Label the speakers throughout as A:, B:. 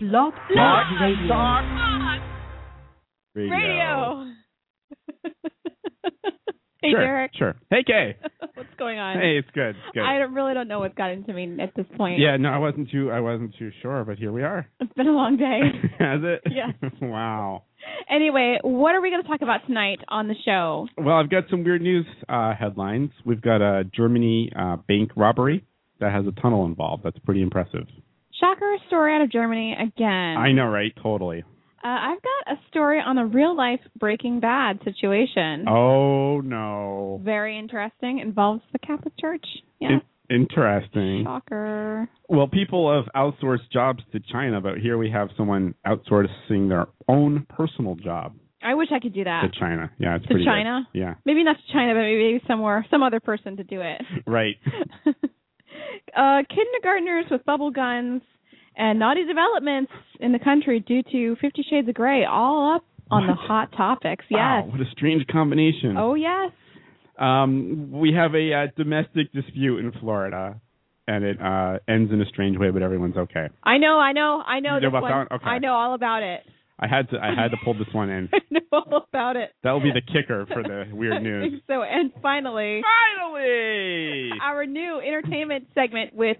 A: Blog Talk Radio.
B: Radio.
C: Radio. hey,
B: sure,
C: Derek.
B: Sure. Hey, Kay.
C: What's going on?
B: Hey, it's good. It's good.
C: I don't, really don't know what's gotten to me at this point.
B: yeah, no, I wasn't too. I wasn't too sure, but here we are.
C: It's been a long day.
B: Has it?
C: Yes.
B: wow.
C: anyway, what are we going to talk about tonight on the show?
B: Well, I've got some weird news uh, headlines. We've got a Germany uh, bank robbery that has a tunnel involved. That's pretty impressive.
C: Shocker story out of Germany again.
B: I know, right? Totally.
C: Uh, I've got a story on a real life Breaking Bad situation.
B: Oh no.
C: Very interesting. Involves the Catholic Church. Yeah.
B: In- interesting.
C: Shocker.
B: Well, people have outsourced jobs to China, but here we have someone outsourcing their own personal job
C: I wish I could do that.
B: to China. Yeah, it's
C: Ah. To
B: pretty good.
C: China?
B: Yeah,
C: Maybe not to China, but maybe somewhere, some other person to do it.
B: right.
C: uh, kindergartners with bubble guns and naughty developments in the country due to Fifty Shades of Grey, all up on the
B: What?
C: hot topics.
B: Wow,
C: Yes.
B: what a strange combination.
C: Oh, yes.
B: Um, we have a uh, domestic dispute in Florida, and it uh, ends in a strange way, but everyone's okay.
C: I know, I know, I know.
B: You know
C: this
B: about
C: one.
B: that one? Okay.
C: I know all about it.
B: I had to I had to pull this one in.
C: I know all about it.
B: That will be the kicker for the
C: I
B: weird news.
C: think so. And finally,
B: Finally!
C: our new entertainment segment with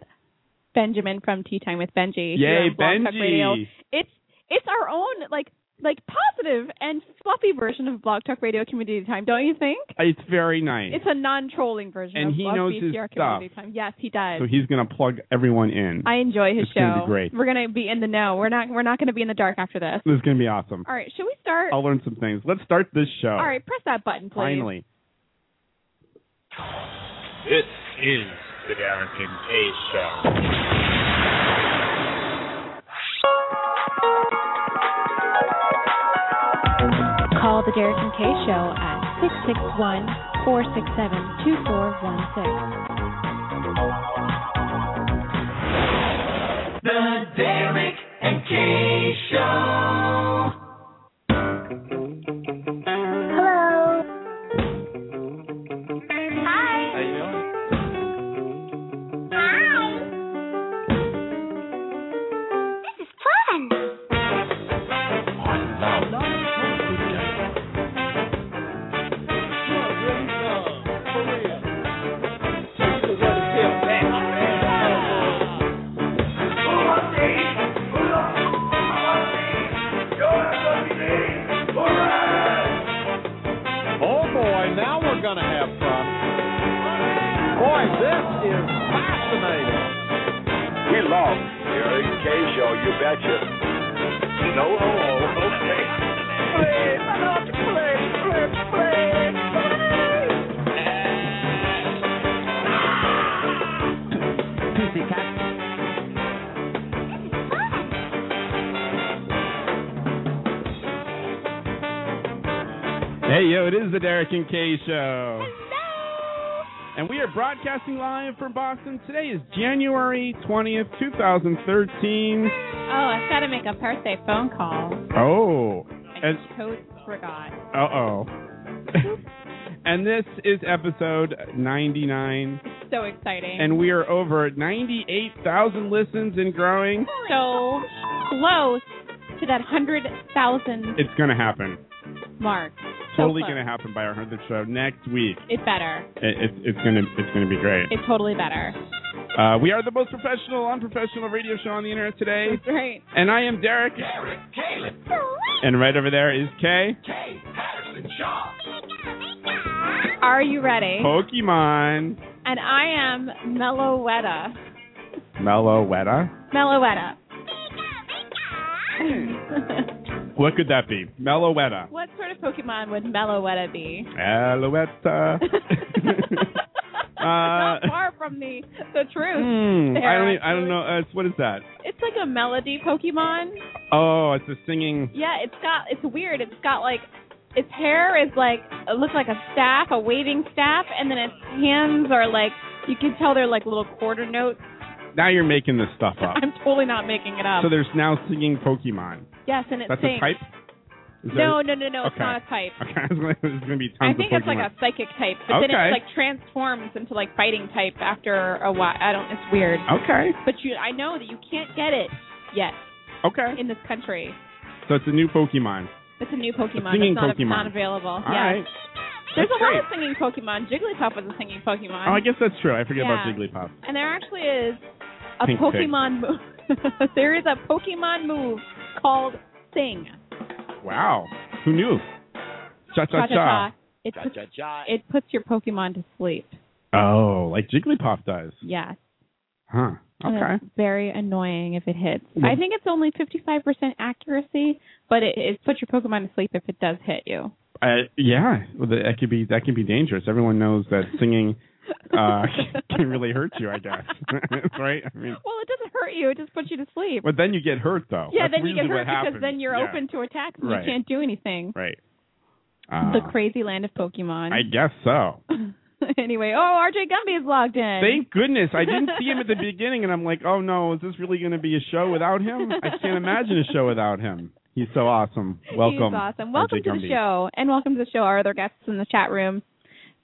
C: Benjamin from Tea Time with Benji. here
B: Yay,
C: on Blog Talk Radio.
B: Benji!
C: It's it's our own like like positive and fluffy version of Blog Talk Radio Community Time, don't you think?
B: It's very nice.
C: It's a non-trolling version
B: And
C: of
B: he
C: Blog
B: knows his
C: BCR Community Time. Yes, he does.
B: so he's gonna plug everyone in.
C: I enjoy his
B: It's
C: show.
B: gonna be great.
C: We're gonna be in the know. We're not we're not gonna be in the dark after this.
B: this is gonna be awesome.
C: All right, should we start?
B: I'll learn some things. Let's start this show.
C: All right, press that button,
B: Oh,
C: please.
B: Finally.
D: This is the Darrington K Show.
E: Call the Derek and Kay Show at 661 467 2416.
F: Hello. Hi. Hi. This is fun.
G: Oh boy, now we're gonna have fun. Boy, this is fascinating.
D: We love Darren K Show, you betcha. No ho ho, okay.
B: Hey yo, it is the Derek and Kay Show.
F: Hello.
B: And we are broadcasting live from Boston. Today is January 20th, 2013.
C: Oh, I've got to make a birthday phone call.
B: Oh.
C: I
B: And
C: totally forgot.
B: uh oh. and this is episode 99.
C: It's so exciting.
B: And we are over 98,000 listens and growing.
C: so close to that hundred thousand
B: It's going to happen.
C: mark. So
B: Totally
C: close.
B: going to happen by our 100th show next week.
C: It's better.
B: It, it's it's going to it's gonna be great.
C: It's totally better.
B: Uh, we are the most professional, unprofessional radio show on the internet today.
C: That's right.
B: And I am Derek. And right over there is Kay.
C: Are you ready?
B: Oh. Pokemon.
C: And I am Meloetta.
B: Meloetta.
C: Meloetta.
B: What could that be? Meloetta.
C: what sort of Pokemon would Meloetta be?
B: Alouetta. Uh,
C: Not far from the the truth.
B: Hmm, I don't.
C: They're
B: e- I don't know. Uh, it's- what is that?
C: It's like a melody Pokemon.
B: Oh, it's a singing.
C: Yeah, it's got it's weird. It's got like its hair is like it looks like a staff, a waving staff, and then its hands are like you can tell they're like little quarter notes.
B: Now you're making this stuff up.
C: I'm totally not making it up.
B: So there's now singing Pokemon.
C: yes, and it
B: That's
C: sings.
B: a type. Is
C: No,
B: there-
C: no, no, no. It's
B: Okay.
C: not a type.
B: Okay, I was gonna- there's going to be tons
C: I think
B: of
C: it's like
B: Pokemon.
C: a psychic type, but then
B: Okay.
C: it's like transforms into like fighting type
B: Oh.
C: after a while. I don't. It's weird.
B: okay.
C: But you, I know that you can't get it yet.
B: Okay.
C: in this country.
B: So it's a new Pokemon.
C: It's a new Pokemon.
B: singing
C: it's not,
B: Pokemon.
C: not available.
B: All right.
C: yeah. There's
B: That's
C: a lot of singing Pokemon. Jigglypuff is a singing Pokemon.
B: Oh, I guess that's true. I forget about
C: Yeah.
B: Jigglypuff.
C: and there actually is a
B: Pink pig.
C: Pokemon move. there is a Pokemon move called Sing.
B: Wow. Who knew? Cha cha cha.
C: Cha-cha-cha. It puts, it puts your Pokemon to sleep.
B: Oh, like Jigglypuff does.
C: Yes.
B: Huh.
C: And
B: Okay. Mm-hmm.
C: It's very annoying if it hits.
B: Yeah.
C: I think it's only 55% accuracy, but it, it puts your Pokemon to sleep if it does hit you.
B: Uh, yeah, well, that that could be that can be dangerous. Everyone knows that singing uh, can really hurt you. I guess, right? I mean,
C: Well, it doesn't hurt you. It just puts you to sleep.
B: but then you get hurt though.
C: yeah,
B: That's
C: then you get
B: usually what
C: hurt
B: happens.
C: because then you're
B: Yeah,
C: open to attacks and
B: Right.
C: you can't do anything.
B: Right. Uh,
C: The crazy land of Pokemon.
B: I guess so.
C: anyway, oh, RJ Gumby is logged in.
B: Thank goodness I didn't see him at the beginning, and I'm like, oh no, is this really going to be a show without him? I can't imagine a show without him. He's so awesome. Welcome.
C: He's awesome. Welcome
B: RJ
C: to the
B: Gumby.
C: show, and welcome to the show, our other guests in the chat room.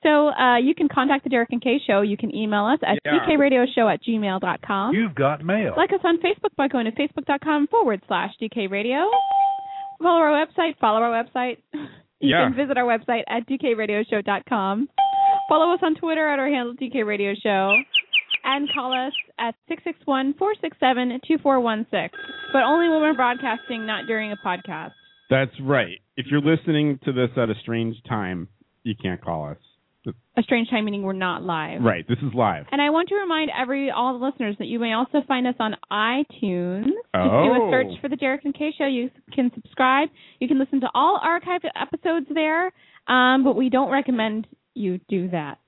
C: So uh, you can contact the Derek and Kay Show. You can email us at
B: Yeah.
C: dkradioshow at gmail dot com.
A: You've got mail.
C: Like us on Facebook by going to facebook.com forward slash dkradio. Follow our website. Follow our website. You
B: Yeah.
C: can visit our website at dkradioshow.com. Follow us on Twitter at our handle dkradioshow. And call us at 661-467-2416. But only when we're broadcasting, not during a podcast.
B: That's right. If you're listening to this at a strange time, you can't call us.
C: A strange time meaning we're not live.
B: Right. This is live.
C: And I want to remind every all the listeners that you may also find us on iTunes. Just do
B: Oh.
C: a search for the Derek and Kay Show. You can subscribe. You can listen to all archived episodes there. Um, but we don't recommend you do that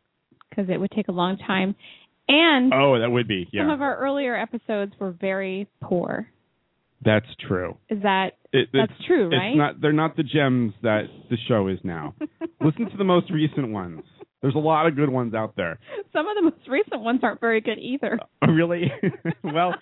C: because it would take a long time. And
B: Oh, that would be. Yeah.
C: some of our earlier episodes were very poor.
B: That's true.
C: Is that
B: It,
C: that's
B: it's,
C: true,
B: it's
C: right?
B: not. They're not the gems that the show is now. Listen to the most recent ones. There's a lot of good ones out there.
C: some of the most recent ones aren't very good either.
B: Oh, really? well,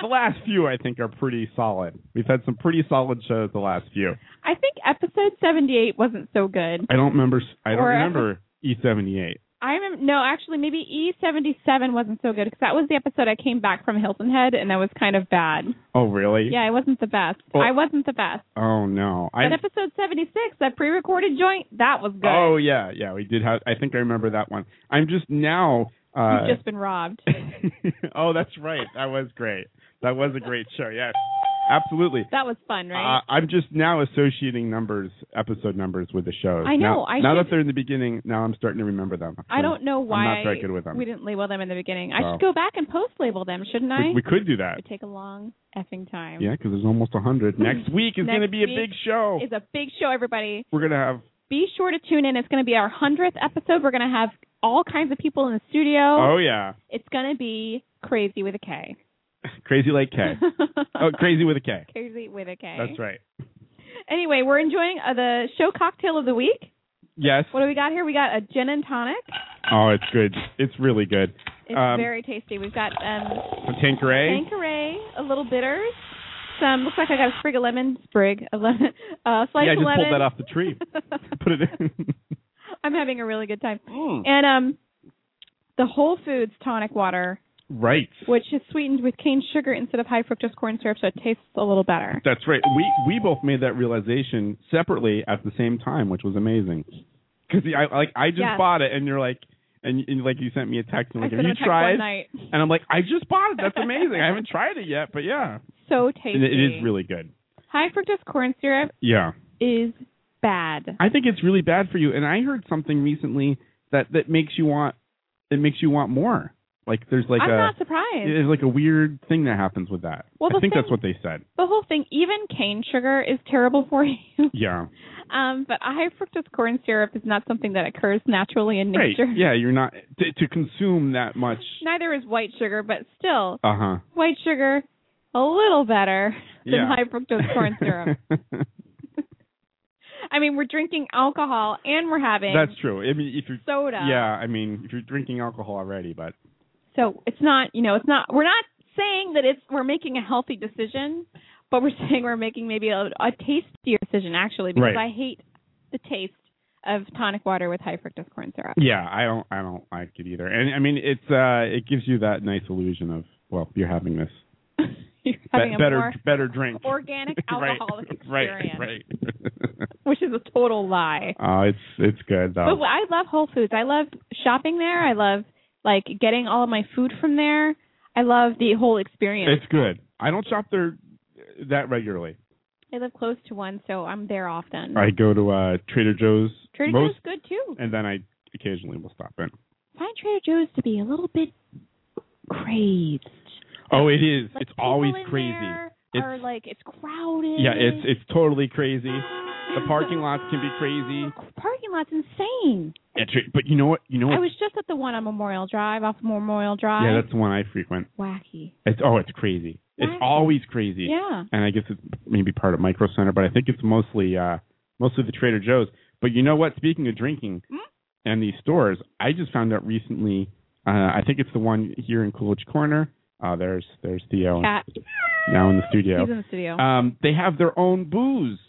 B: the last few I think are pretty solid. We've had some pretty solid shows the last few.
C: I think episode seventy-eight wasn't so good.
B: I don't remember. I don't
C: Or-
B: remember E E78.
C: I remember. No, actually, maybe E seventy seven wasn't so good because that was the episode I came back from Hilton Head and that was kind of bad.
B: Oh, really?
C: Yeah, I wasn't the best.
B: Oh.
C: I wasn't the best.
B: Oh no. I.
C: But episode seventy six, that pre recorded joint, that was good.
B: Oh yeah, yeah. We did have. I think I remember that one. I'm just now. Uh,
C: You've just been robbed.
B: oh, that's right. That was great. That was a great show. Yes, absolutely.
C: That was fun, right?
B: Uh, I'm just now associating numbers, episode numbers, with the shows.
C: I know,
B: Now,
C: I
B: now
C: should-
B: that they're in the beginning, now I'm starting to remember them.
C: I don't know why
B: not very good with them.
C: we didn't label them in the beginning.
B: Oh.
C: I should go back and post label them, shouldn't I?
B: We, we could do that.
C: It'd take a long effing time.
B: Yeah, because there's almost 100. Next week is
C: Next
B: going to be a
C: week
B: big show.
C: It's a big show, everybody.
B: We're going to have.
C: Be sure to tune in. It's going to be our hundredth episode. We're going to have all kinds of people in the studio.
B: Oh, yeah.
C: It's going to be crazy with a K.
B: Crazy Like K. oh, Crazy with a K.
C: Crazy with a K.
B: That's right.
C: Anyway, we're enjoying uh, the show cocktail of the week.
B: Yes.
C: What do we got here? We got a gin and tonic.
B: Oh, it's good. It's really good.
C: It's
B: Um,
C: very tasty. We've got um,
B: Tanqueray.
C: Tanqueray, a little bitters, some. Looks like I got a sprig of lemon. Sprig of lemon. Uh, slice
B: yeah, I
C: of
B: just
C: lemon.
B: pulled that off the tree. Put it in.
C: I'm having a really good time. And um, the Whole Foods tonic water,
B: Right.
C: which is sweetened with cane sugar instead of high fructose corn syrup, so it tastes a little better.
B: That's right. We we both made that realization separately at the same time, which was amazing. Because I like I just
C: Yeah.
B: bought it, and you're like, and, and like you sent me a text, and
C: I
B: like,
C: sent
B: have
C: him
B: you
C: a text
B: tried?
C: one night.
B: And I'm like, I just bought it. That's amazing. I haven't tried it yet, but yeah,
C: So tasty.
B: and it, it is really good.
C: High fructose corn syrup
B: Yeah,
C: is bad.
B: I think it's really bad for you. And I heard something recently that that makes you want it makes you want more. Like there's like uh,
C: I'm
B: a
C: not surprised.
B: there's like a weird thing that happens with that.
C: Well,
B: I
C: the
B: think that's
C: thing-
B: what they said.
C: the whole thing, even cane sugar, is terrible for you.
B: Yeah.
C: Um, but high fructose corn syrup is not something that occurs naturally in
B: Right.
C: nature.
B: Yeah, you're not to, to consume that much.
C: Neither is white sugar, but still,
B: Uh huh.
C: white sugar a little better than
B: Yeah.
C: high fructose corn syrup. I mean, we're drinking alcohol and we're having
B: That's true. I mean, if you're
C: soda.
B: yeah, I mean, if you're drinking alcohol already, but
C: So it's not, you know, it's not. We're not saying that it's we're making a healthy decision, but we're saying we're making maybe a, a tastier decision actually because
B: Right.
C: I hate the taste of tonic water with high fructose corn syrup.
B: yeah, I don't, I don't like it either. And I mean, it's uh, it gives you that nice illusion of well, you're having this
C: you're having
B: Be-
C: a
B: better
C: more
B: better drink.
C: organic
B: right,
C: alcoholic experience,
B: right, right.
C: which is a total lie.
B: Oh, it's it's good though.
C: But I love Whole Foods. I love shopping there. I love like getting all of my food from there. I love the whole experience.
B: It's good. I don't shop there uh, that regularly.
C: I live close to one, so I'm there often.
B: I go to uh Trader Joe's
C: Trader
B: most,
C: Joe's good too.
B: and then I occasionally will stop in.
C: Find Trader Joe's to be a little bit crazed.
B: Oh, it is.
C: Like,
B: it's always
C: people in
B: crazy. It's-
C: There are like it's crowded.
B: Yeah, it's it's totally crazy. The parking lots can be crazy.
C: The parking lot's insane.
B: Yeah, tra- But you know what? You know
C: I
B: what?
C: was just at the one on Memorial Drive, off of Memorial Drive.
B: Yeah, that's the one I frequent.
C: wacky.
B: It's oh, it's crazy. It's
C: Wow.
B: always crazy.
C: Yeah.
B: And I guess it's maybe part of Micro Center, but I think it's mostly uh mostly the Trader Joe's. But you know what? Speaking of drinking
C: Hmm?
B: and these stores, I just found out recently. Uh, I think it's the one here in Coolidge Corner. Uh, there's there's Theo
C: Cat,
B: now in the studio.
C: he's in the studio.
B: Um, they have their own booze.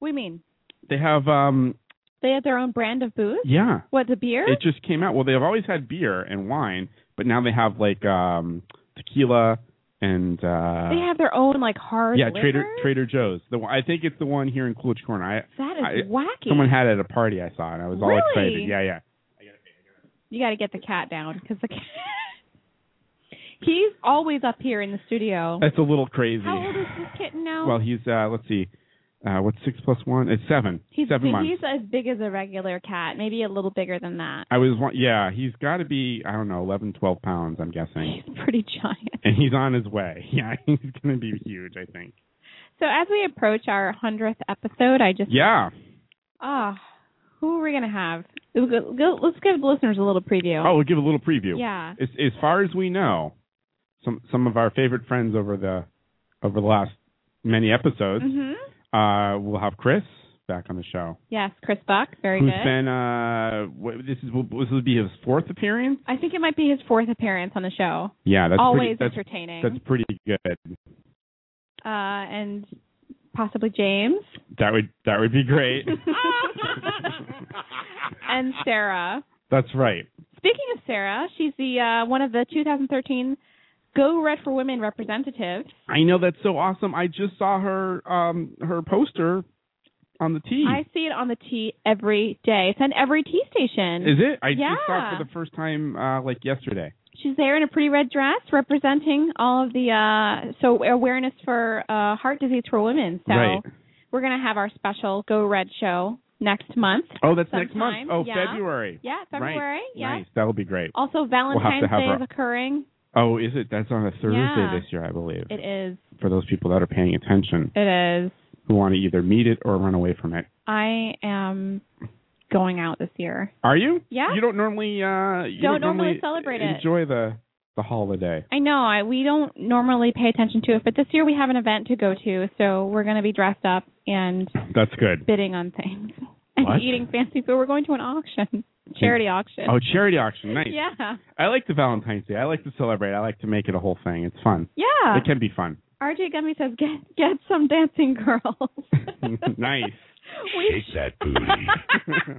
C: we mean
B: They have um
C: they have their own brand of booze.
B: yeah.
C: What the beer?
B: It just came out. Well, they've always had beer and wine, but now they have like um tequila and uh
C: they have their own like hard
B: yeah,
C: liquor?
B: Trader Trader Joe's. The one, I think it's the one here in Coolidge Corner. I
C: That is
B: I-
C: wacky.
B: someone had it at a party I saw, and I was all
C: Really?
B: excited. Yeah, yeah.
C: you got to get the cat down because the cat. he's always up here in the studio.
B: That's a little crazy.
C: How old is this kitten now?
B: Well, he's uh let's see, uh what's six plus one? It's seven.
C: he's
B: seven
C: big-
B: months.
C: he's as big as a regular cat, maybe a little bigger than that.
B: I was wa- yeah. He's got to be I don't know eleven, twelve pounds. I'm guessing,
C: He's pretty giant.
B: and he's on his way. Yeah, he's gonna be huge. I think.
C: So as we approach our hundredth episode, I just
B: Yeah.
C: ah, who are we gonna have? We'll go- go- Let's give the listeners a little preview.
B: Oh, we'll give a little preview.
C: yeah,
B: as, as far as we know, some some of our favorite friends over the over the last many episodes.
C: hmm
B: Uh, we'll have Chris back on the show,
C: yes, Chris Buck, very
B: who's
C: good.
B: been uh, what, this is this will be his fourth appearance.
C: I think it might be his fourth appearance on the show.
B: Yeah, that's pretty,
C: Always
B: that's,
C: entertaining.
B: that's pretty good.
C: uh, and possibly James
B: That would that would be great.
C: and Sarah.
B: that's right.
C: Speaking of Sarah, she's the uh, one of the 2013 Go Red for Women representatives.
B: I know that's so awesome. I just saw her um her poster on the E. tee.
C: I see it on the T every day. It's on every T station.
B: Is it? I
C: Yeah.
B: just saw it for the first time uh like yesterday.
C: She's there in a pretty red dress representing all of the uh so awareness for uh heart disease for women. So
B: Right.
C: we're going to have our special Go Red show next month.
B: Oh, that's next
C: Sometime,
B: month. Oh,
C: yeah.
B: February.
C: Yeah, February. Yeah.
B: Nice. That'll be great.
C: Also
B: have to
C: Valentine's
B: have
C: Day is
B: her-
C: occurring.
B: Oh, is it? That's on a Thursday
C: Yeah.
B: this year, I believe.
C: It is.
B: For those people that are paying attention
C: It is.
B: who want to either meet it or run away from it.
C: I am going out this year.
B: Are you?
C: Yeah.
B: You don't normally uh you
C: Don't
B: don't,
C: normally celebrate it.
B: enjoy the the holiday.
C: I know. I we don't normally pay attention to it, but this year we have an event to go to, so we're going to be dressed up and
B: That's good.
C: bidding on things and
B: What?
C: eating fancy food. We're going to an auction, charity auction.
B: Oh, charity auction. Nice.
C: yeah,
B: I like the Valentine's Day. I like to celebrate. I like to make it a whole thing. It's fun.
C: yeah.
B: It can be fun.
C: RJ Gummy says, "Get get some dancing girls."
B: Nice.
C: We
D: Shake that booty.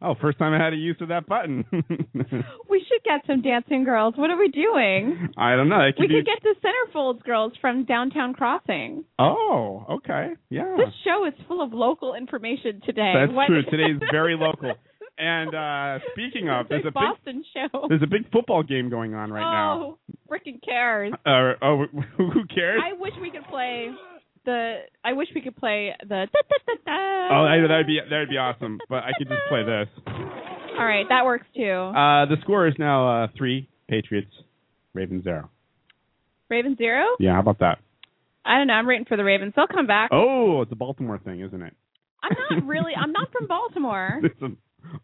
B: oh, first time I had a use of that button.
C: we should get some dancing girls. What are we doing?
B: I don't know. It could
C: We
B: be
C: could get the centerfolds girls from Downtown Crossing.
B: Oh, okay. Yeah.
C: This show is full of local information today.
B: That's
C: What-
B: true. Today's very local. And uh speaking of,
C: It's
B: there's a big
C: Boston show.
B: there's a big football game going on right now.
C: oh, freaking cares.
B: Uh, oh, who cares?
C: I wish we could play the. I wish we could play the.
B: oh, I, that'd be that'd be awesome. But I could just play this.
C: All right, that works too.
B: Uh The score is now uh three Patriots, Ravens zero.
C: Raven zero.
B: Yeah, how about that?
C: I don't know. I'm rooting for the Ravens. They'll come back.
B: Oh, it's a Baltimore thing, isn't it?
C: I'm not really. I'm not from Baltimore,
B: It's a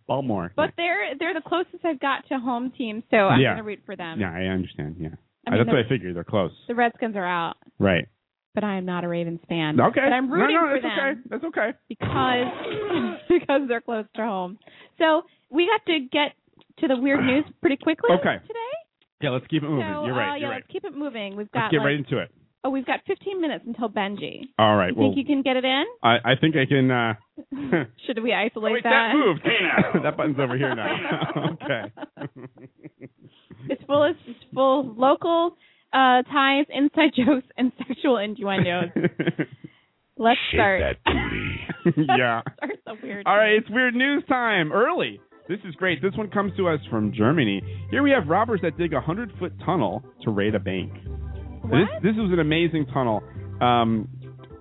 B: Baltimore.
C: but they're they're the closest I've got to home team, so I'm
B: Yeah.
C: gonna root for them.
B: yeah, I understand. Yeah, Uh,
C: I mean,
B: that's
C: the,
B: what I figured. They're close,
C: the Redskins are out,
B: right?
C: but I am not a Ravens fan.
B: Okay.
C: But I'm rooting
B: no, no,
C: for
B: that's
C: them.
B: okay. That's okay.
C: because because they're close to home. So we got to get to the weird news pretty quickly
B: Okay.
C: today.
B: Yeah, let's keep it moving.
C: So
B: you're
C: uh,
B: right.
C: yeah,
B: You're right.
C: let's keep it moving. We've
B: Let's
C: got
B: get
C: like,
B: right into it.
C: oh, we've got 15 minutes until Benji.
B: All right.
C: You
B: well,
C: think you can get it in?
B: I, I think I can. Uh,
C: Should we
B: oh,
C: isolate
B: wait, that
C: that?
B: moved. Hey now, that button's over here now. okay.
C: It's full. It's full of local uh, ties, inside jokes, and sexual innuendos. Let's start.
B: yeah.
C: Start the weird.
B: All right, it's weird news time. Early. This is great. This one comes to us from Germany. Here we have robbers that dig a hundred foot tunnel to raid a bank.
C: What?
B: This, this was an amazing tunnel. Um,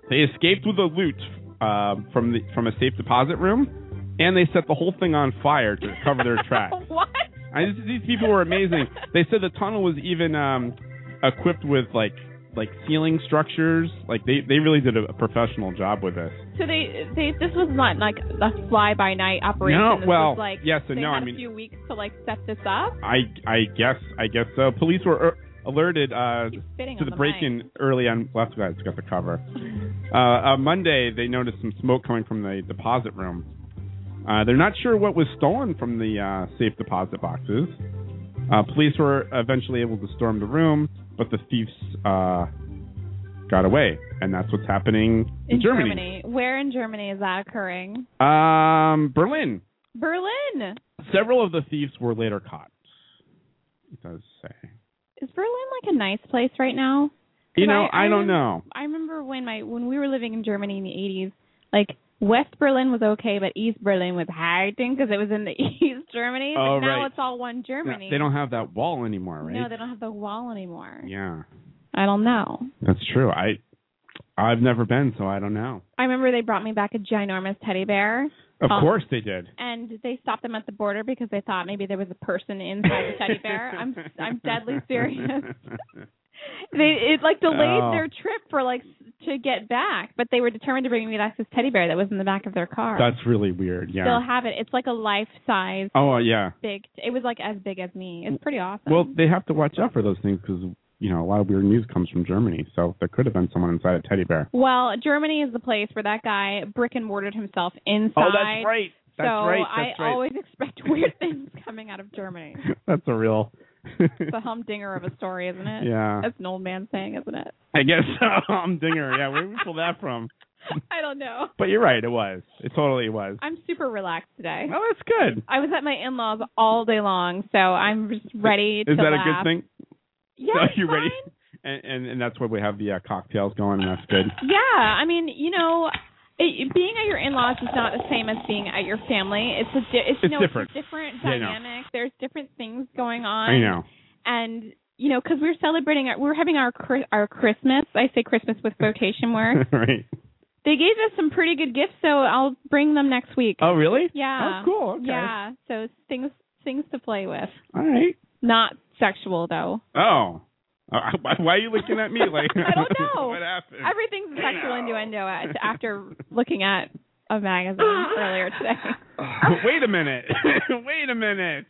B: they escaped with the loot uh, from the from a safe deposit room, and they set the whole thing on fire to cover their tracks.
C: what?
B: I just, these people were amazing. They said the tunnel was even um, equipped with like like ceiling structures. Like they, they really did a professional job with this.
C: So they, they, this was not like a fly by night operation.
B: No,
C: This was
B: well,
C: like
B: yes and
C: they
B: no,
C: had
B: I mean-
C: a few weeks to like set this up.
B: I I guess I guess so. Police were er- alerted uh,
C: Keep spitting
B: to
C: on
B: the
C: the
B: break-in early on. Last guys got the cover. Uh, on Monday, they noticed some smoke coming from the deposit room. Uh, they're not sure what was stolen from the uh, safe deposit boxes. Uh, police were eventually able to storm the room, but the thieves uh, got away, and that's what's happening in,
C: in Where in Germany is that occurring?
B: Um, Berlin.
C: Berlin.
B: Several of the thieves were later caught. It does say.
C: Is Berlin like a nice place right now? 'Cause
B: You know,
C: I-
B: I,
C: I
B: don't
C: am-
B: know.
C: I remember when my when we were living in Germany in the eighties, like West Berlin was okay, but East Berlin was hiding because it was in the East Germany. But
B: Oh,
C: now
B: right.
C: it's all one
B: Yeah,
C: Germany.
B: They don't have that wall anymore, right?
C: No, they don't have the wall anymore.
B: Yeah,
C: I don't know.
B: that's true. I I've never been, so I don't know.
C: I remember they brought me back a ginormous teddy bear,
B: Of
C: Oh.
B: course they did.
C: and they stopped them at the border because they thought maybe there was a person inside the teddy bear. I'm I'm deadly serious. They it like delayed
B: Oh.
C: their trip for like s- to get back, but they were determined to bring me back this teddy bear that was in the back of their car.
B: That's really weird. Yeah.
C: They'll have it. It's like a life size
B: oh yeah.
C: big. It was like as big as me. It's pretty awesome.
B: Well, they have to watch out for those things because you know a lot of weird news comes from Germany, so there could have been someone inside a teddy bear.
C: Well, Germany is the place where that guy brick and mortared himself
B: Oh,
C: inside.
B: right.
C: So I always expect weird things coming out of Germany.
B: that's a real.
C: It's a humdinger of a story, isn't it?
B: yeah,
C: That's an old man saying, isn't it?
B: I guess so. Dinger. Yeah, where did we pull that from?
C: I don't know.
B: But you're right. It was. It totally was.
C: I'm super relaxed today.
B: Oh, that's good.
C: I was at my in-laws all day long, so I'm just ready to
B: Is that
C: laugh.
B: a good thing?
C: Yeah,
B: Are
C: it's
B: you ready?
C: fine.
B: And, and and that's where we have the uh, cocktails going, and that's good.
C: Yeah, I mean, you know, it, being at your in-laws is not the same as being at your family. It's a di- it's,
B: It's
C: no,
B: different.
C: It's a different
B: Yeah, I know.
C: dynamic. There's different things going on.
B: I know.
C: And you know, because we're celebrating, our, we're having our Chri- our Christmas. I say Christmas with quotation marks.
B: right.
C: they gave us some pretty good gifts, so I'll bring them next week.
B: Oh, really? Oh,
C: yeah.
B: cool. Okay.
C: Yeah. So things things to play with.
B: All right.
C: Not sexual though.
B: Oh. Uh, why- why are you looking at me like?
C: I don't know.
B: what happened?
C: Everything's a sexual innuendo at, after looking at a magazine earlier today.
B: Wait a minute. Wait a minute.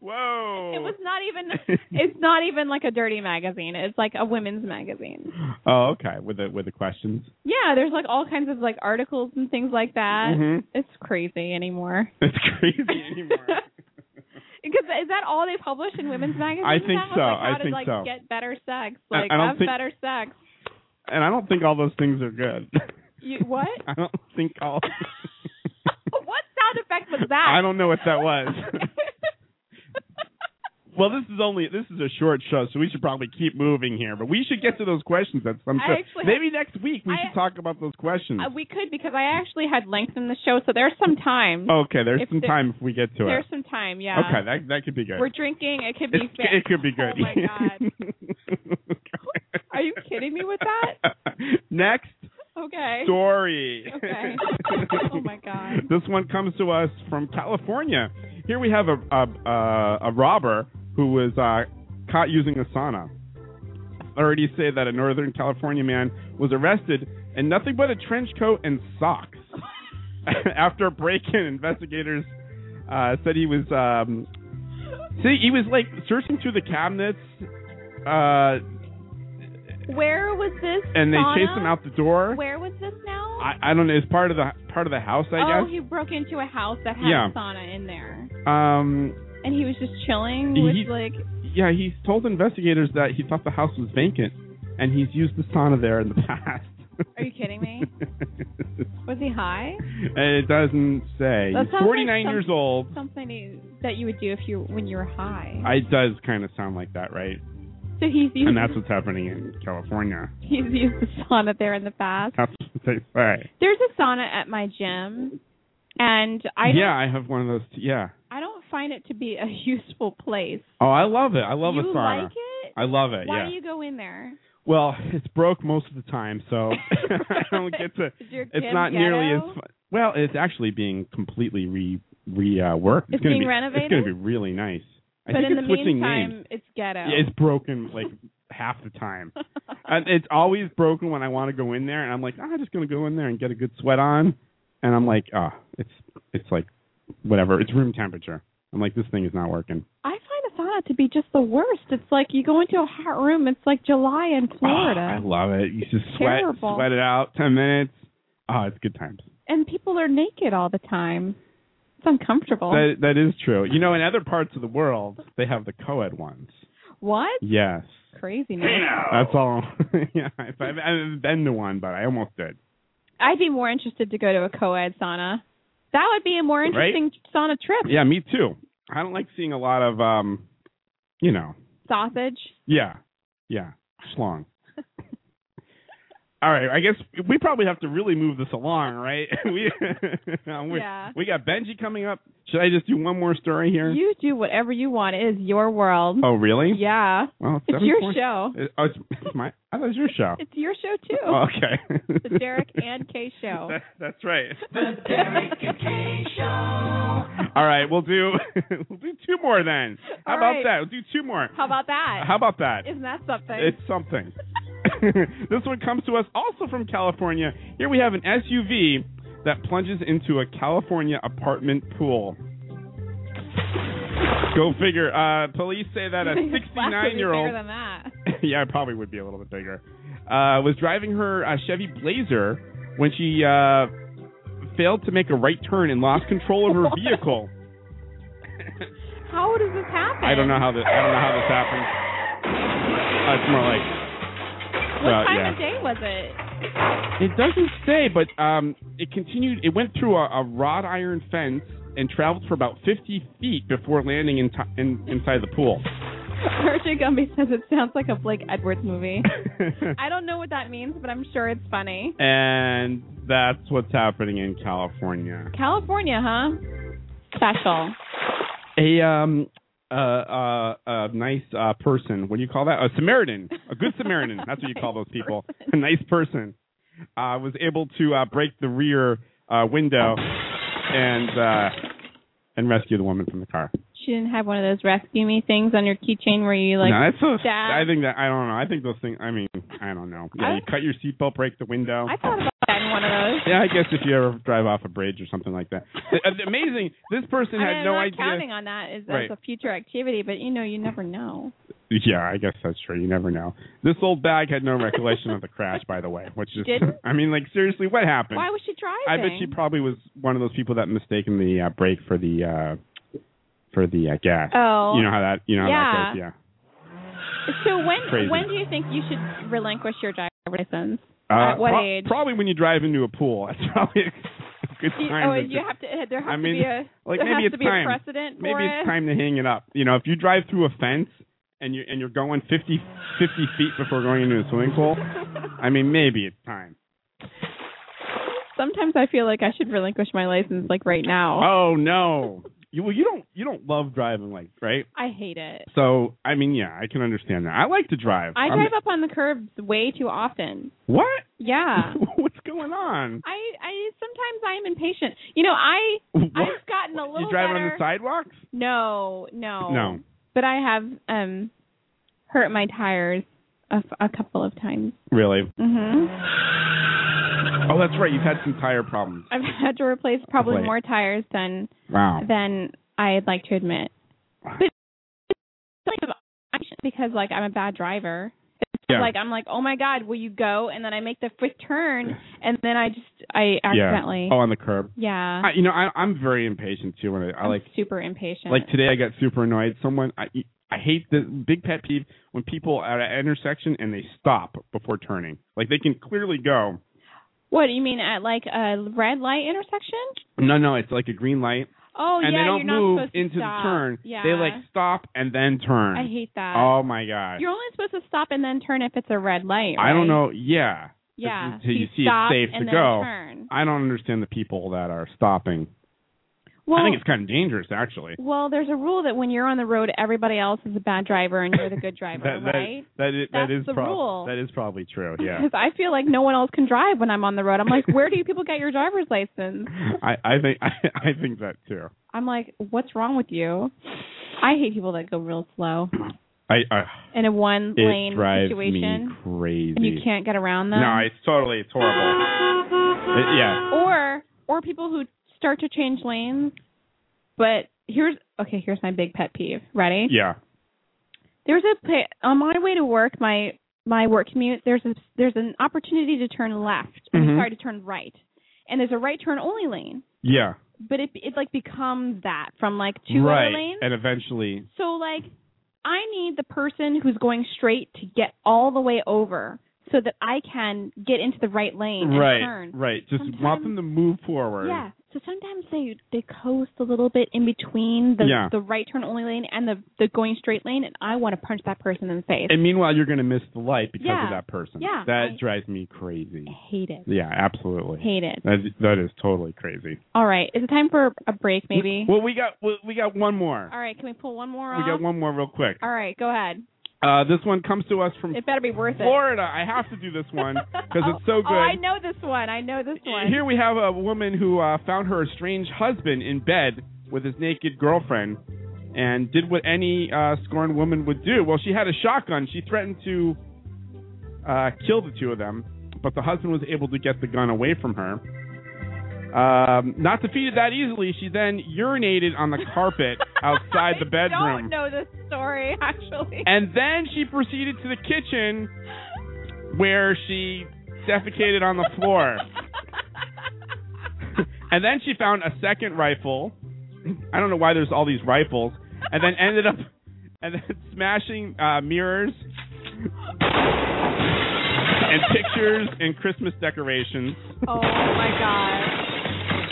B: Whoa.
C: It was not even. It's not even like a dirty magazine. It's like a women's magazine.
B: oh, okay. With the with the questions.
C: Yeah, there's like all kinds of like articles and things like that.
B: Mhm.
C: It's crazy anymore.
B: It's crazy anymore.
C: Because is that all they publish in women's magazines?
B: I think
C: now? It's
B: so.
C: Like, how
B: I
C: to,
B: think
C: like,
B: so.
C: Get better sex.
B: I-
C: Like
B: I don't
C: have
B: think-
C: better sex.
B: and I don't think all those things are good.
C: You, what?
B: I don't think all.
C: what sound effect was that?
B: I don't know what that was. Well, this is only this is a short show, so we should probably keep moving here. But we should get to those questions at some
C: I
B: point.
C: actually-
B: Maybe next week we
C: I-
B: should talk about those questions.
C: Uh, we could because I actually had length in the show, so there's some time.
B: okay, there's
C: if
B: some
C: there-
B: time if we get to
C: there's
B: it.
C: some time. Yeah.
B: Oh, Okay, that that could be good.
C: We're drinking. It could be.
B: It's-
C: fa-
B: it could be good.
C: Oh my god. Are you kidding me with that?
B: Next
C: Okay.
B: story.
C: Okay. Oh my God.
B: This one comes to us from California. Here we have a a, a, a robber who was uh, caught using a sauna. Authorities say that a Northern California man was arrested in nothing but a trench coat and socks. After a break-in, investigators uh, said he was um, see he was like searching through the cabinets. Uh,
C: Where was this?
B: and they
C: sauna?
B: chased him out the door.
C: Where was this now?
B: I, I don't know. It's part of the part of the house, I
C: oh,
B: guess.
C: he broke into a house that had
B: Yeah.
C: a sauna in there,
B: Um,
C: and he was just chilling
B: He-
C: with like.
B: yeah, he told investigators that he thought the house was vacant, and he's used the sauna there in the past.
C: Are you kidding me? Was he high?
B: and it doesn't say.
C: That
B: he's
C: sounds like
B: 49
C: some-
B: years old.
C: Something that you would do if you when you were high.
B: It does kind of sound like that, right?
C: So he's used
B: And that's what's happening in California.
C: he's used the sauna there in the past.
B: That's what they say.
C: There's a sauna at my gym, and I don't,
B: yeah, I have one of those. T- yeah.
C: I don't find it to be a useful place.
B: Oh, I love it. I love
C: you
B: a sauna.
C: like it?
B: I love it.
C: Why
B: yeah.
C: do you go in there?
B: Well, it's broke most of the time, so I don't get to.
C: Is your
B: It's
C: gym
B: not nearly as
C: ghetto?
B: fun. Well, it's actually being completely re re uh, worked.
C: It's
B: gonna
C: being
B: be,
C: renovated?
B: It's going to be really nice. I
C: but
B: think
C: in
B: it's
C: the
B: switching
C: meantime,
B: names.
C: it's ghetto.
B: Yeah, it's broken like half the time. And it's always broken when I want to go in there, and I'm like, "Ah, I'm just going to go in there and get a good sweat on, and I'm like, ah, it's it's like whatever. It's room temperature. I'm like, this thing is not working.
C: I find a sauna to be just the worst. It's like you go into a hot room. It's like July in
B: Ah, I
C: Florida,
B: love it. You just sweat,
C: Terrible.
B: sweat it out. Ten minutes. Ah, it's good times.
C: and people are naked all the time. It's uncomfortable.
B: That that is true. You know, in other parts of the world, they have the co-ed ones.
C: what?
B: Yes,
C: Craziness.
B: that's all. yeah, if I've, I haven't been to one, but I almost did.
C: I'd be more interested to go to a co-ed sauna. That would be a more interesting sauna trip.
B: Yeah, me too. I don't like seeing a lot of, um, you know,
C: Sausage.
B: yeah, yeah, schlong. all right, I guess we probably have to really move this along, right? we, uh, we
C: Yeah.
B: we got Benji coming up. Should I just do one more story here?
C: You do whatever you want. It is your world.
B: oh, really?
C: Yeah.
B: Well, it's,
C: It's your
B: 7:40.
C: show.
B: It- oh, it's, it's my. I thought it was your show.
C: It's your show too.
B: Oh, okay.
C: The Derek and Kay show.
B: That- that's right. All right, we'll do we'll do two more then. How
C: All
B: about
C: right.
B: that? We'll do two more.
C: How about that?
B: How about that?
C: Isn't that something?
B: It's something. this one comes to us also from California. Here we have an SUV that plunges into a California apartment pool. Go figure. Uh, police say that a
C: Your glass would be
B: 69 year old
C: bigger than that.
B: yeah, it probably would be a little bit bigger. Uh, was driving her uh, Chevy Blazer when she uh, failed to make a right turn and lost control of her
C: What?
B: vehicle.
C: How does this happen?
B: I don't know how this. I don't know how this happened. Uh, it's more like
C: What
B: well,
C: time
B: uh, yeah.
C: of day was it?
B: it doesn't say, but um, it continued. It went through a, a wrought iron fence and traveled for about 50 feet before landing in ti in, inside the pool.
C: Archie Gumby says it sounds like a Blake Edwards movie. I don't know what that means, but I'm sure it's funny.
B: and that's what's happening in California.
C: California, huh? Special.
B: a um uh, uh, a nice uh, person. What do you call that? A Samaritan. A good Samaritan. That's what you call those people. A nice person. Uh, was able to uh, break the rear uh, window and uh, and rescue the woman from the car.
C: She didn't have one of those rescue me things on your keychain where you like.
B: no, that's so.
C: that-
B: I think that I don't know. I think those things. I mean, I don't know. Yeah,
C: I-
B: you cut your seatbelt, break the window.
C: I thought about getting one of those.
B: yeah, I guess if you ever drive off a bridge or something like that. Uh, Amazing. This person
C: I
B: had
C: mean, I'm
B: no
C: not
B: idea.
C: counting on that as,
B: Right.
C: as a future activity, but you know, you never know.
B: Yeah, I guess that's true. You never know. This old bag had no recollection of the crash, by the way, which is,
C: Didn't?
B: I mean, like seriously, what happened?
C: Why was she driving?
B: I bet she probably was one of those people that mistaken the uh, brake for the uh for the uh, gas.
C: Oh.
B: You know how that, you know how that goes,
C: Yeah.
B: yeah.
C: so when
B: Crazy.
C: when do you think you should relinquish your driver's license?
B: Uh,
C: At what
B: pro-
C: age?
B: Probably when you drive into a pool. That's probably a good
C: Do you,
B: time.
C: oh,
B: to
C: you
B: just-
C: have to. There has
B: I mean,
C: to be a
B: like
C: there
B: maybe it's
C: has to be
B: time.
C: a precedent for
B: Maybe
C: it.
B: it's time to hang it up. You know, if you drive through a fence and you and you're going 50, 50 feet before going into a swimming pool, I mean, maybe it's time.
C: Sometimes I feel like I should relinquish my license like right now.
B: Oh no. You well, you don't you don't love driving like right?
C: I hate it.
B: So I mean, yeah, I can understand that. I like to drive.
C: I
B: I'm-
C: drive up on the curbs way too often.
B: What?
C: Yeah.
B: What's going on?
C: I I sometimes I am impatient. You know, I
B: What?
C: I've gotten a little
B: you drive on
C: better.
B: the sidewalks?
C: No, no.
B: No.
C: But I have um hurt my tires a, f- a couple of times.
B: Really?
C: hmm
B: Oh, that's right. You've had some tire problems.
C: I've had to replace probably
B: Wait.
C: more tires than
B: Wow.
C: than I'd like to admit. But it's like I'm anxious because like I'm a bad driver. It's
B: Yeah.
C: Like I'm like, oh my god, will you go? And then I make the quick turn, and then I just I accidentally.
B: Yeah. Oh, on the curb.
C: Yeah.
B: I, you know, I, I'm very impatient too. When I, I
C: I'm
B: like,
C: super impatient.
B: like today, I got super annoyed. Someone, I, I hate the big pet peeve when people are at an intersection and they stop before turning. Like they can clearly go.
C: what do you mean at like a red light intersection?
B: No, no, it's like a green light.
C: Oh
B: and
C: yeah,
B: they
C: you're
B: don't
C: not
B: move
C: supposed to
B: into the
C: stop.
B: turn.
C: Yeah.
B: They like stop and then turn.
C: I hate that.
B: Oh my god.
C: You're only supposed to stop and then turn if it's a red light.
B: I don't
C: right?
B: know. Yeah.
C: Yeah.
B: Until you see it's
C: stop
B: safe
C: and
B: to
C: then
B: go.
C: Turn.
B: I don't understand the people that are stopping.
C: Well,
B: I think it's kind of dangerous actually.
C: well, there's a rule that when you're on the road, everybody else is a bad driver and you're the good driver,
B: that, that-
C: right?
B: that is, that
C: That's
B: is
C: the
B: prob-
C: rule.
B: That is probably true. Yeah.
C: Because I feel like no one else can drive when I'm on the road. I'm like, where do you people get your driver's license?
B: I, I think I, I think that too.
C: I'm like, what's wrong with you? I hate people that go real slow
B: I uh,
C: in a one
B: it
C: lane
B: drives
C: situation
B: me crazy.
C: and you can't get around them.
B: no, it's totally it's horrible. It- yeah.
C: or or people who start to change lanes. But here's okay. Here's my big pet peeve. Ready?
B: Yeah.
C: There's a pla- on my way to work, my my work commute. There's a there's an opportunity to turn left. I'm
B: Mhm.
C: sorry to turn right, and there's a right turn only lane.
B: Yeah.
C: But it it like becomes that from like two
B: right.
C: other lanes.
B: And eventually
C: So like I need the person who's going straight to get all the way over so that I can get into the right lane and
B: right
C: turn.
B: right just want
C: Sometimes-
B: them to move forward
C: Yeah. So sometimes they they coast a little bit in between the
B: Yeah.
C: the right turn only lane and the the going straight lane and I want to punch that person in the face.
B: and meanwhile you're going to miss the light because
C: Yeah.
B: of that person
C: Yeah.
B: that
C: I-
B: drives me crazy
C: hate it.
B: yeah absolutely
C: Hate it.
B: that that is totally crazy
C: All right. Is it time for a break maybe? Uh-huh.
B: well we got we- we got one more
C: All right, can we pull one more
B: we
C: off?
B: got one more real quick
C: All right, go ahead.
B: uh this one comes to us from
C: It better be worth it.
B: Florida I have to do this one because
C: Oh,
B: it's so good
C: Oh, I know this one. I know this one.
B: Here we have a woman who uh, found her estranged husband in bed with his naked girlfriend and did what any uh, scorned woman would do. Well, she had a shotgun. She threatened to uh, kill the two of them, but the husband was able to get the gun away from her. Um, not defeated that easily, she then urinated on the carpet outside the
C: I
B: bedroom.
C: don't know this story actually.
B: And then she proceeded to the kitchen where she defecated on the floor. and then she found a second rifle. I don't know why there's all these rifles. And then ended up and then smashing uh, mirrors and pictures and Christmas decorations.
C: oh my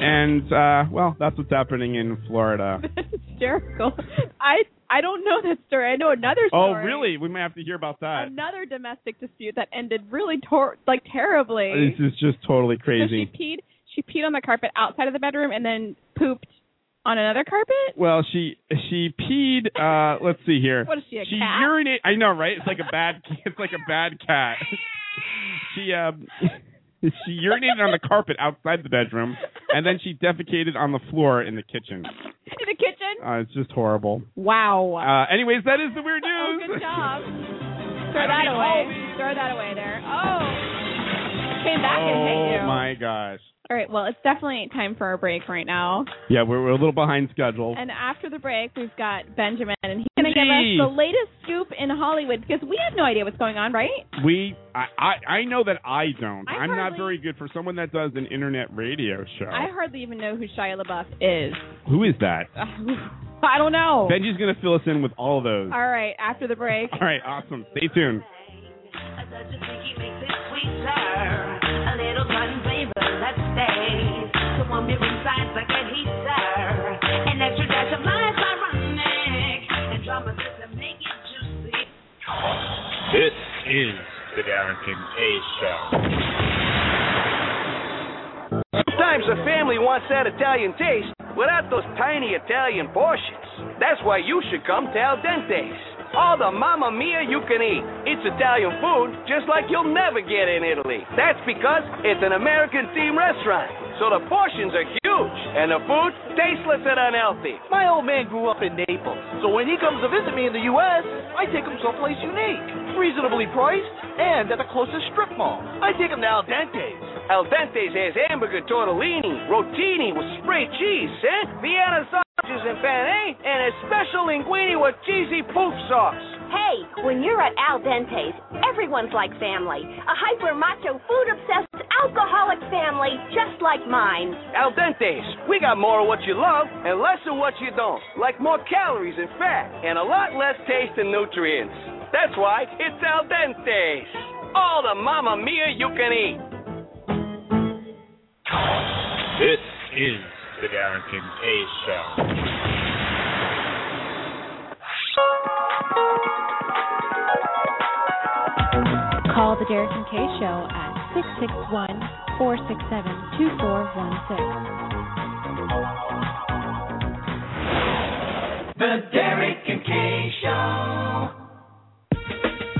B: And uh, well, that's what's happening in Florida.
C: god. That's hysterical. I I don't know that story. I know another
B: Oh,
C: story.
B: really? We might have to hear about that.
C: Another domestic dispute that ended really tor- like terribly.
B: This is just totally crazy.
C: So she peed. She peed on the carpet outside of the bedroom and then pooped on another carpet.
B: Well, she she peed. Uh, let's see here.
C: What is she, a
B: she
C: cat?
B: urinated. I know, right? It's like a bad. It's like a bad cat. She um, she urinated on the carpet outside the bedroom, and then she defecated on the floor in the kitchen.
C: in the kitchen.
B: Uh, it's just horrible.
C: Wow.
B: Uh, anyways, that is the weird
C: oh,
B: news.
C: good job.
B: I
C: Throw
B: don't
C: that
B: need
C: away.
B: all these.
C: Throw that away there. Oh. Came back and hit
B: Oh
C: you.
B: my gosh.
C: All right. Well, it's definitely time for a break right now.
B: Yeah, we're, we're a little behind schedule.
C: And after the break, we've got Benjamin, and he's going to give us
B: Gee.
C: the latest scoop in Hollywood because we have no idea what's going on, right?
B: We I, I I know that I don't.
C: I
B: I'm not
C: hardly-
B: very good for someone that does an internet radio show.
C: I hardly even know who Shia LaBeouf is.
B: Who is that?
C: I don't know.
B: Benji's gonna fill us in with all of those.
C: All right. After the break.
B: All right, awesome. Stay tuned.
H: I thought you think he makes it sweeter. A little fun flavor, let's say. The one beer inside like a heater. An extra dash of lies ironic. And drama just to make it juicy.
I: This is the Darren Kincaid Show.
J: Sometimes a family wants that Italian taste without those tiny Italian portions. That's why you should come to Al Dente's. All the mamma mia you can eat. It's Italian food just like you'll never get in Italy. That's because it's an American themed restaurant. So the portions are huge and the food tasteless and unhealthy. My old man grew up in Naples, so when he comes to visit me in the U.S., I take him someplace unique, reasonably priced, and at the closest strip mall. I take him to Al Dente's. Al Dente's has hamburger tortellini, rotini with spray cheese, eh? Vienna sausages and penne, and a special linguine with cheesy poof sauce.
F: Hey, when you're at Al Dente's, everyone's like family. A hyper macho, food obsessed, alcoholic family just like mine.
J: Al Dente's, we got more of what you love and less of what you don't. Like more calories and fat, and a lot less taste and nutrients. That's why it's Al Dente's. All the mamma mia you can eat.
I: This is the
K: Derek and Kay Show.
E: Call the Derek and Kay Show at 661 467 2416.
A: The Derek and Kay Show.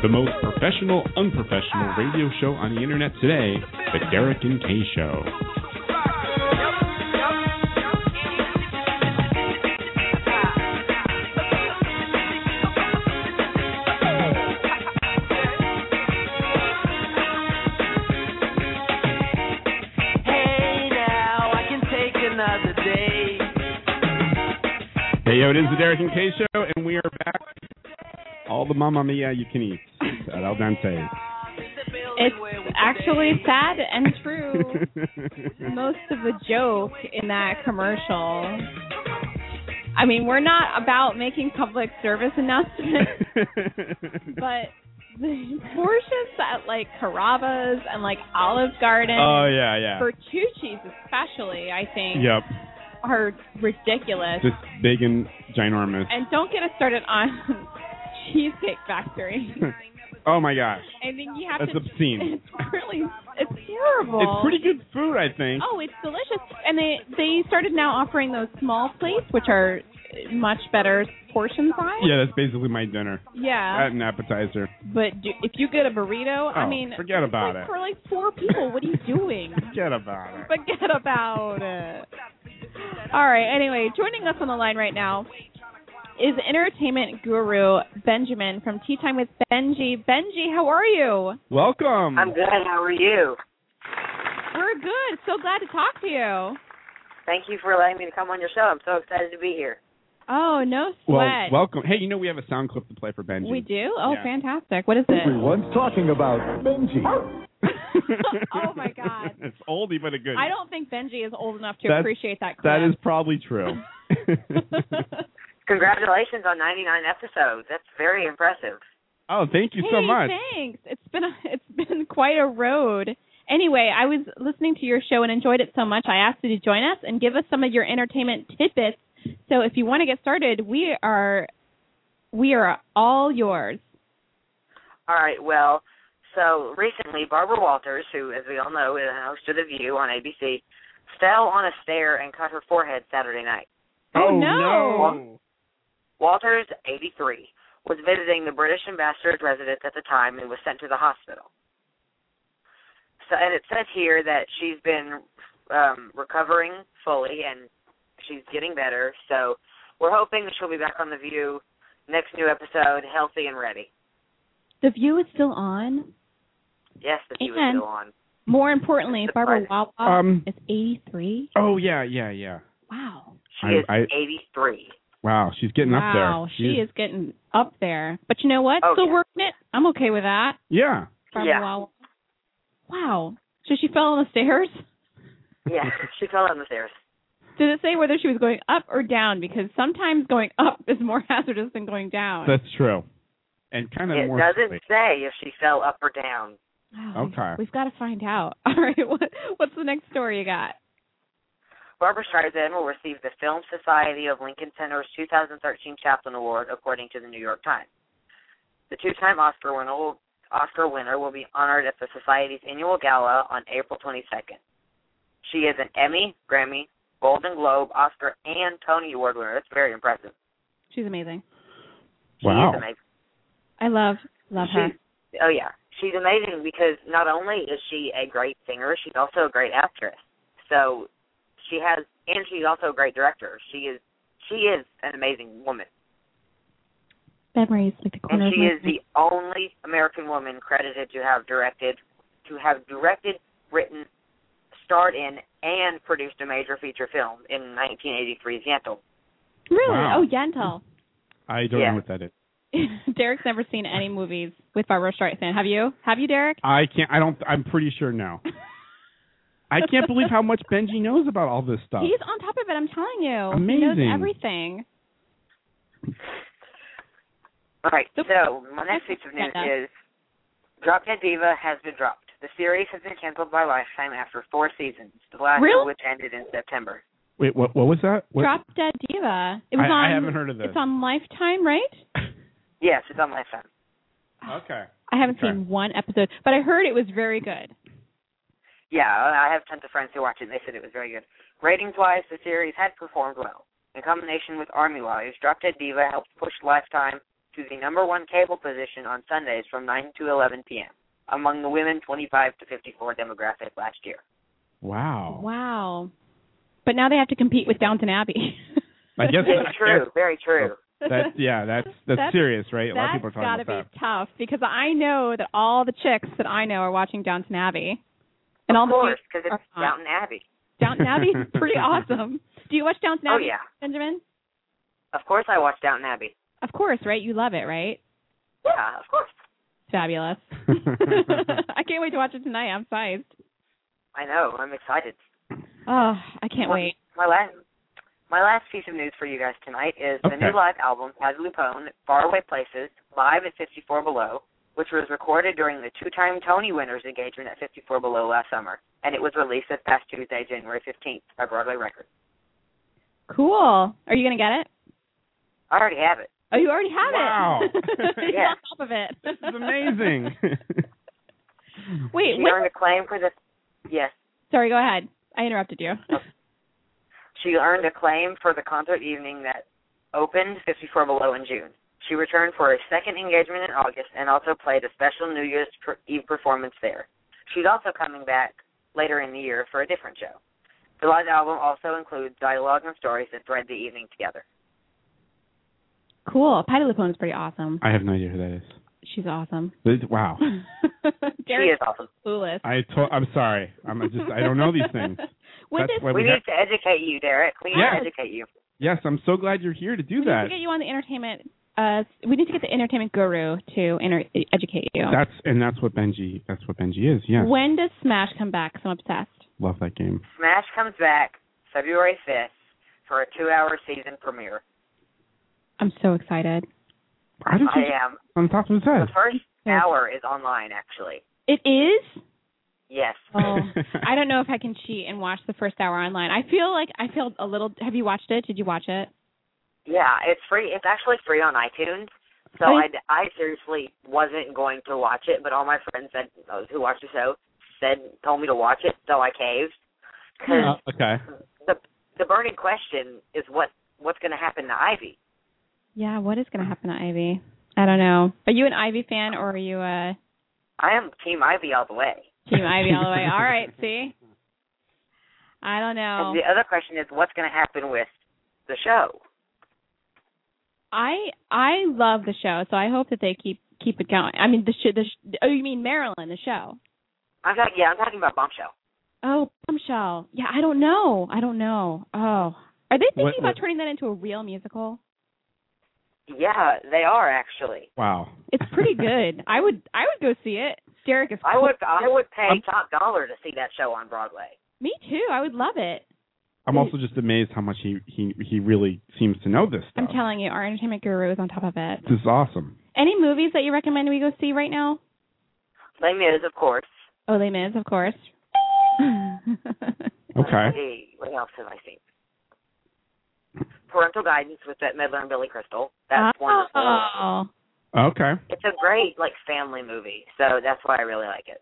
L: The most professional, unprofessional radio show on the internet today, The Derek and Kay Show.
A: Hey now, I can take another day.
B: Hey, yo, it is the Derek and Kay Show, and we are back. All the Mamma Mia you can eat at Al Dente.
C: It's actually sad and true. Most of the joke in that commercial. I mean, we're not about making public service announcements, but the portions at like Carrabba's and like Olive Garden
B: oh, yeah, yeah.
C: for Tucci's especially, I think,
B: Yep.
C: are ridiculous.
B: Just big and ginormous.
C: and don't get us started on Cheesecake Factory.
B: oh, my gosh.
C: I think you have
B: That's
C: to.
B: obscene.
C: It's really, it's terrible.
B: It's pretty good food, I think.
C: Oh, it's delicious. And they they started now offering those small plates, which are much better portion size.
B: Yeah, that's basically my dinner.
C: Yeah.
B: At an appetizer.
C: But do, if you get a burrito, I
B: Oh,
C: mean,
B: forget
C: it's
B: about
C: like
B: it.
C: For like four people, what are you doing?
B: Forget about it.
C: Forget about it. All right. Anyway, joining us on the line right now is entertainment guru Benjamin from Tea Time with Benji. Benji, how are you?
B: Welcome.
M: I'm good. How are you?
C: We're good. So glad to talk to you.
M: Thank you for allowing me to come on your show. I'm so excited to be here.
C: Oh, no
B: Well,
C: sweat.
B: welcome. Hey, you know we have a sound clip to play for Benji.
C: we do? Oh,
B: Yeah.
C: fantastic. What is it?
B: Everyone's talking about Benji.
C: oh, my God.
B: it's oldie but a good.
C: I don't think Benji is old enough to
B: That's-
C: appreciate that clip.
B: That is probably true.
M: Congratulations on 99 episodes. That's very impressive.
B: oh, thank you so
C: Hey,
B: much.
C: Thanks. It's been a, it's been quite a road. Anyway, I was listening to your show and enjoyed it so much. I asked you to join us and give us some of your entertainment tidbits. So if you want to get started, we are we are all yours.
M: All right. Well, so recently, Barbara Walters, who, as we all know, is a host of The View on ABC, fell on a stair and cut her forehead Saturday night.
A: Oh,
M: Oh,
A: no.
M: Walters, 83, was visiting the British ambassador's residence at the time and was sent to the hospital. So, and it says here that she's been um, recovering fully and she's getting better. So we're hoping that she'll be back on the View next new episode, healthy and ready.
C: The view is still on.
M: Yes, the View
C: And-
M: is still on.
C: More importantly, Barbara Wawa
B: Um,
C: is 83.
B: Oh yeah, yeah, yeah.
C: Wow.
M: She
B: I-
M: is
B: I-
M: 83.
B: Wow, she's getting up there.
C: wow, she is getting up there. But you know what?
M: Oh,
C: Still
M: yeah.
C: working it. I'm okay with that.
B: Yeah.
C: Barbara
M: Yeah.
C: Wawa. Wow. So she fell on the stairs?
M: Yeah, she fell down the stairs.
C: Did it say whether she was going up or down? Because sometimes going up is more hazardous than going down.
B: That's true. And kind of
M: It
B: more.
M: doesn't
B: silly.
M: say if she fell up or down.
C: Wow, we-
B: Okay.
C: We've got to find out. All right. What, what's the next story you got?
M: Barbara Streisand will receive the Film Society of Lincoln Center's 2013 Chaplin Award, according to the New York Times. The two-time Oscar winner, Oscar winner will be honored at the Society's annual gala on April 22nd. She is an Emmy, Grammy, Golden Globe, Oscar, and Tony Award winner. That's very impressive.
C: She's amazing.
M: She
B: Wow.
M: is amazing.
C: I love love her.
M: She's, oh yeah, she's amazing because not only is she a great singer, she's also a great actress. So she has, and she's also a great director. She is, she is an amazing woman,
C: Memories like the corner
M: and
C: of
M: she
C: my
M: is the only American woman credited to have directed, to have directed, written, starred in, and produced a major feature film in 1983's Yentl.
C: Really?
B: Wow.
C: Oh, Yentl.
B: I don't
M: Yeah.
B: know what that is.
C: Derek's never seen any movies with Barbara Streisand. Have you? Have you, Derek?
B: I can't. I don't. I'm pretty sure no. I can't believe how much Benji knows about all this stuff.
C: He's on top of it. I'm telling you. He
B: Amazing.
C: knows everything.
M: All right.
C: So-
M: So my next piece of news
C: Yeah.
M: is Drop Dead Diva has been dropped. The series has been canceled by Lifetime after four seasons, the last
C: Really?
M: of which ended in September.
B: Wait, what? What was that? What?
C: Drop Dead Diva. It
B: I-
C: was
B: I
C: on.
B: haven't heard of this.
C: It's on Lifetime, right?
M: Yes, it's on Lifetime.
B: Okay.
C: I haven't
M: Okay.
C: seen one episode, but I heard it was very good.
M: Yeah, I I have tons of friends who watch it. and They said it was very good. Ratings wise, the series had performed well. In combination with Army Lawyers, Drop Dead Diva helped push Lifetime to the number one cable position on Sundays from 9 to 11 p.m. among the women 25 to 54 demographic last year.
B: Wow.
C: Wow. But now they have to compete with Downton Abbey.
B: I guess
M: very
B: I
M: true,
B: guess-
M: very true.
B: That's yeah. That's that's,
C: That's-
B: serious, right? A lot of
C: That's
B: people are talking
C: gotta
B: about
C: be tough because I know that all the chicks that I know are watching Downton Abbey, and all
M: of course,
C: the
M: because it's
C: are not.
M: Downton Abbey.
C: Downton Abbey is pretty awesome. Do you watch Downton
M: Oh,
C: Abbey,
M: yeah.
C: Benjamin?
M: Of course, I watched Downton Abbey.
C: Of course, right? You love it, right?
M: Yeah, of course.
C: Fabulous. I can't wait to watch it tonight. I'm psyched.
M: I know. I'm excited.
C: Oh, I can't wait.
M: My last my last piece of news for you guys tonight is the
C: Okay.
M: new live album has Lupone, Faraway Places, live at 54 Below, which was recorded during the two-time Tony winners engagement at 54 Below last summer, and it was released this past Tuesday, January 15th, by Broadway Records.
C: Cool. Are you gonna get it?
M: I already have it.
C: Oh, you already have
B: Wow.
C: it. You're
M: Yeah.
C: on top of it. This is
B: amazing.
C: Wait,
M: she
C: what-
M: earned acclaim for the yes,
C: Sorry, go ahead. I interrupted you.
M: she earned acclaim for the concert evening that opened 54 Below in June. She returned for a second engagement in August and also played a special New Year's per- Eve performance there. She's also coming back later in the year for a different show. The live album also includes dialogue and stories that thread the evening together.
C: Cool. Patty LuPone is pretty awesome.
B: I have no idea who that is.
C: She's awesome.
B: This- wow.
M: she is awesome.
C: Clueless.
B: I to- I'm sorry. I'm just Um, I don't know these things.
C: Would
B: That's
C: this-
B: why we
M: we need
B: have-
M: to educate you, Derek. We need
B: Yeah.
M: to educate you.
B: yes, I'm so glad you're here to do
C: we
B: that.
C: need to get you on the entertainment. Uh, we need to get the entertainment guru to enter- educate you.
B: That's and that's what Benji. That's what Benji is. Yeah,
C: When does Smash come back? 'Cause I'm obsessed.
B: love that game.
M: Smash comes back February 5th for a two-hour season premiere.
C: I'm so excited.
B: How
C: Oh,
B: did
M: I
B: you
M: am.
B: on top of his head?
M: The first hour is online, actually.
C: It is.
M: Yes.
C: Oh, I don't know if I can cheat and watch the first hour online. I feel like I feel a little. Have you watched it? Did you watch it?
M: Yeah, it's free. It's actually free on iTunes. So I,
C: Right.
M: I seriously wasn't going to watch it, but all my friends that those who watched the show said told me to watch it, so I caved.
B: Uh,
M: Because
B: okay.
M: the burning question is what what's going to happen to Ivy.
C: Yeah. What is
B: Mm.
C: going to happen to Ivy? I don't know. Are you an Ivy fan or are you a
M: I am Team Ivy all the way.
C: Team Ivy all the way? All right. See. I don't know.
M: And the other question is what's going to happen with the show.
C: I I love the show, so I hope that they keep keep it going. I mean, the sh- the sh- oh, you mean Marilyn, the show?
M: I'm talking. Yeah, I'm talking about Bombshell.
C: Oh, bombshell. Yeah, I don't know. I don't know. Oh, are they thinking
M: What-
C: about
M: what-
C: turning that into a real musical?
M: Yeah, they are actually.
B: Wow.
C: It's pretty good. I would I would go see it. Derek is.
M: I would I would pay
B: I'm-
M: top dollar to see that show on Broadway.
C: Me too. I would love it.
B: I'm also just amazed how much he he he really seems to know this
C: I'm
M: Oh.
B: stuff.
C: telling you, our entertainment guru is on top of it.
B: This is awesome.
C: Any movies that you recommend we go see right now?
M: Les Mis, of course.
C: Oh, Les Mis, of course.
B: Okay.
M: Let's see, what else have I seen? Parental Guidance with Bette Midler and Billy Crystal. That's
C: Ah.
M: wonderful.
C: Oh,
B: Okay.
M: It's a great like family movie, so that's why I really like it.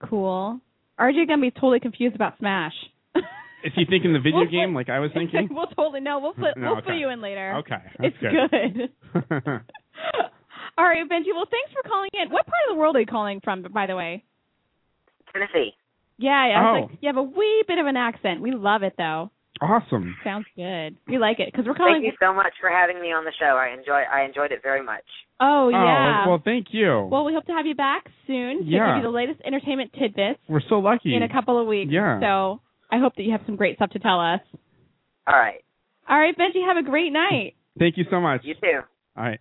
C: cool. RJ gonna be totally confused about Smash.
B: Is he thinking the video game like I was thinking?
C: we'll totally know. We'll put
B: No,
C: we'll put
B: okay.
C: you in later.
B: Okay.
C: It's good.
B: good.
C: All right, Benji. Well, thanks for calling in. What part of the world are you calling from, by the way?
M: Tennessee.
C: Yeah, yeah. I was
B: Oh.
C: like, you have a wee bit of an accent. We love it though.
B: awesome.
C: Sounds good. We like it because we're
M: Thank
C: calling.
M: you so much for having me on the show. I enjoy I enjoyed it very much.
C: Oh yeah.
B: well, thank you.
C: Well, we hope to have you back soon to
B: Yeah.
C: give you the latest entertainment tidbits
B: We're so lucky.
C: in a couple of weeks.
B: Yeah.
C: So I hope that you have some great stuff to tell us.
M: All right.
C: All right, Benji. Have a great night.
B: Thank you so much.
M: You too.
B: All right.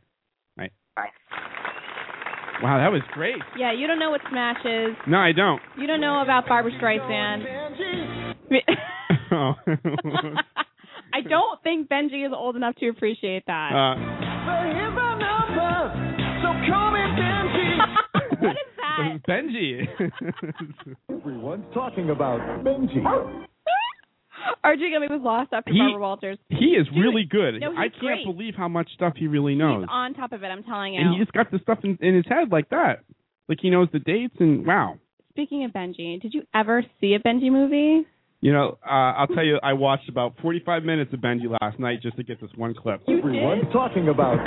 B: All right.
M: Bye.
B: Wow, that was great.
C: Yeah, you don't know what Smash is.
B: No, I don't.
C: You don't know about Barbara Streisand.
B: Oh.
C: I don't think Benji is old enough to appreciate that.
B: Uh,
C: what is that?
B: Benji.
G: Everyone's talking about Benji.
C: RJ Gummy was lost after
B: He-
C: Barbara Walters.
B: He is really good.
C: no, he's
B: I can't
C: great.
B: believe how much stuff he really knows.
C: He's on top of it. I'm telling you.
B: and he's got the stuff in, in his head like that. Like he knows the dates and wow.
C: Speaking of Benji, did you ever see a Benji movie?
B: You know, uh, I'll tell you, I watched about 45 minutes of Benji last night just to get this one clip.
G: Everyone talking about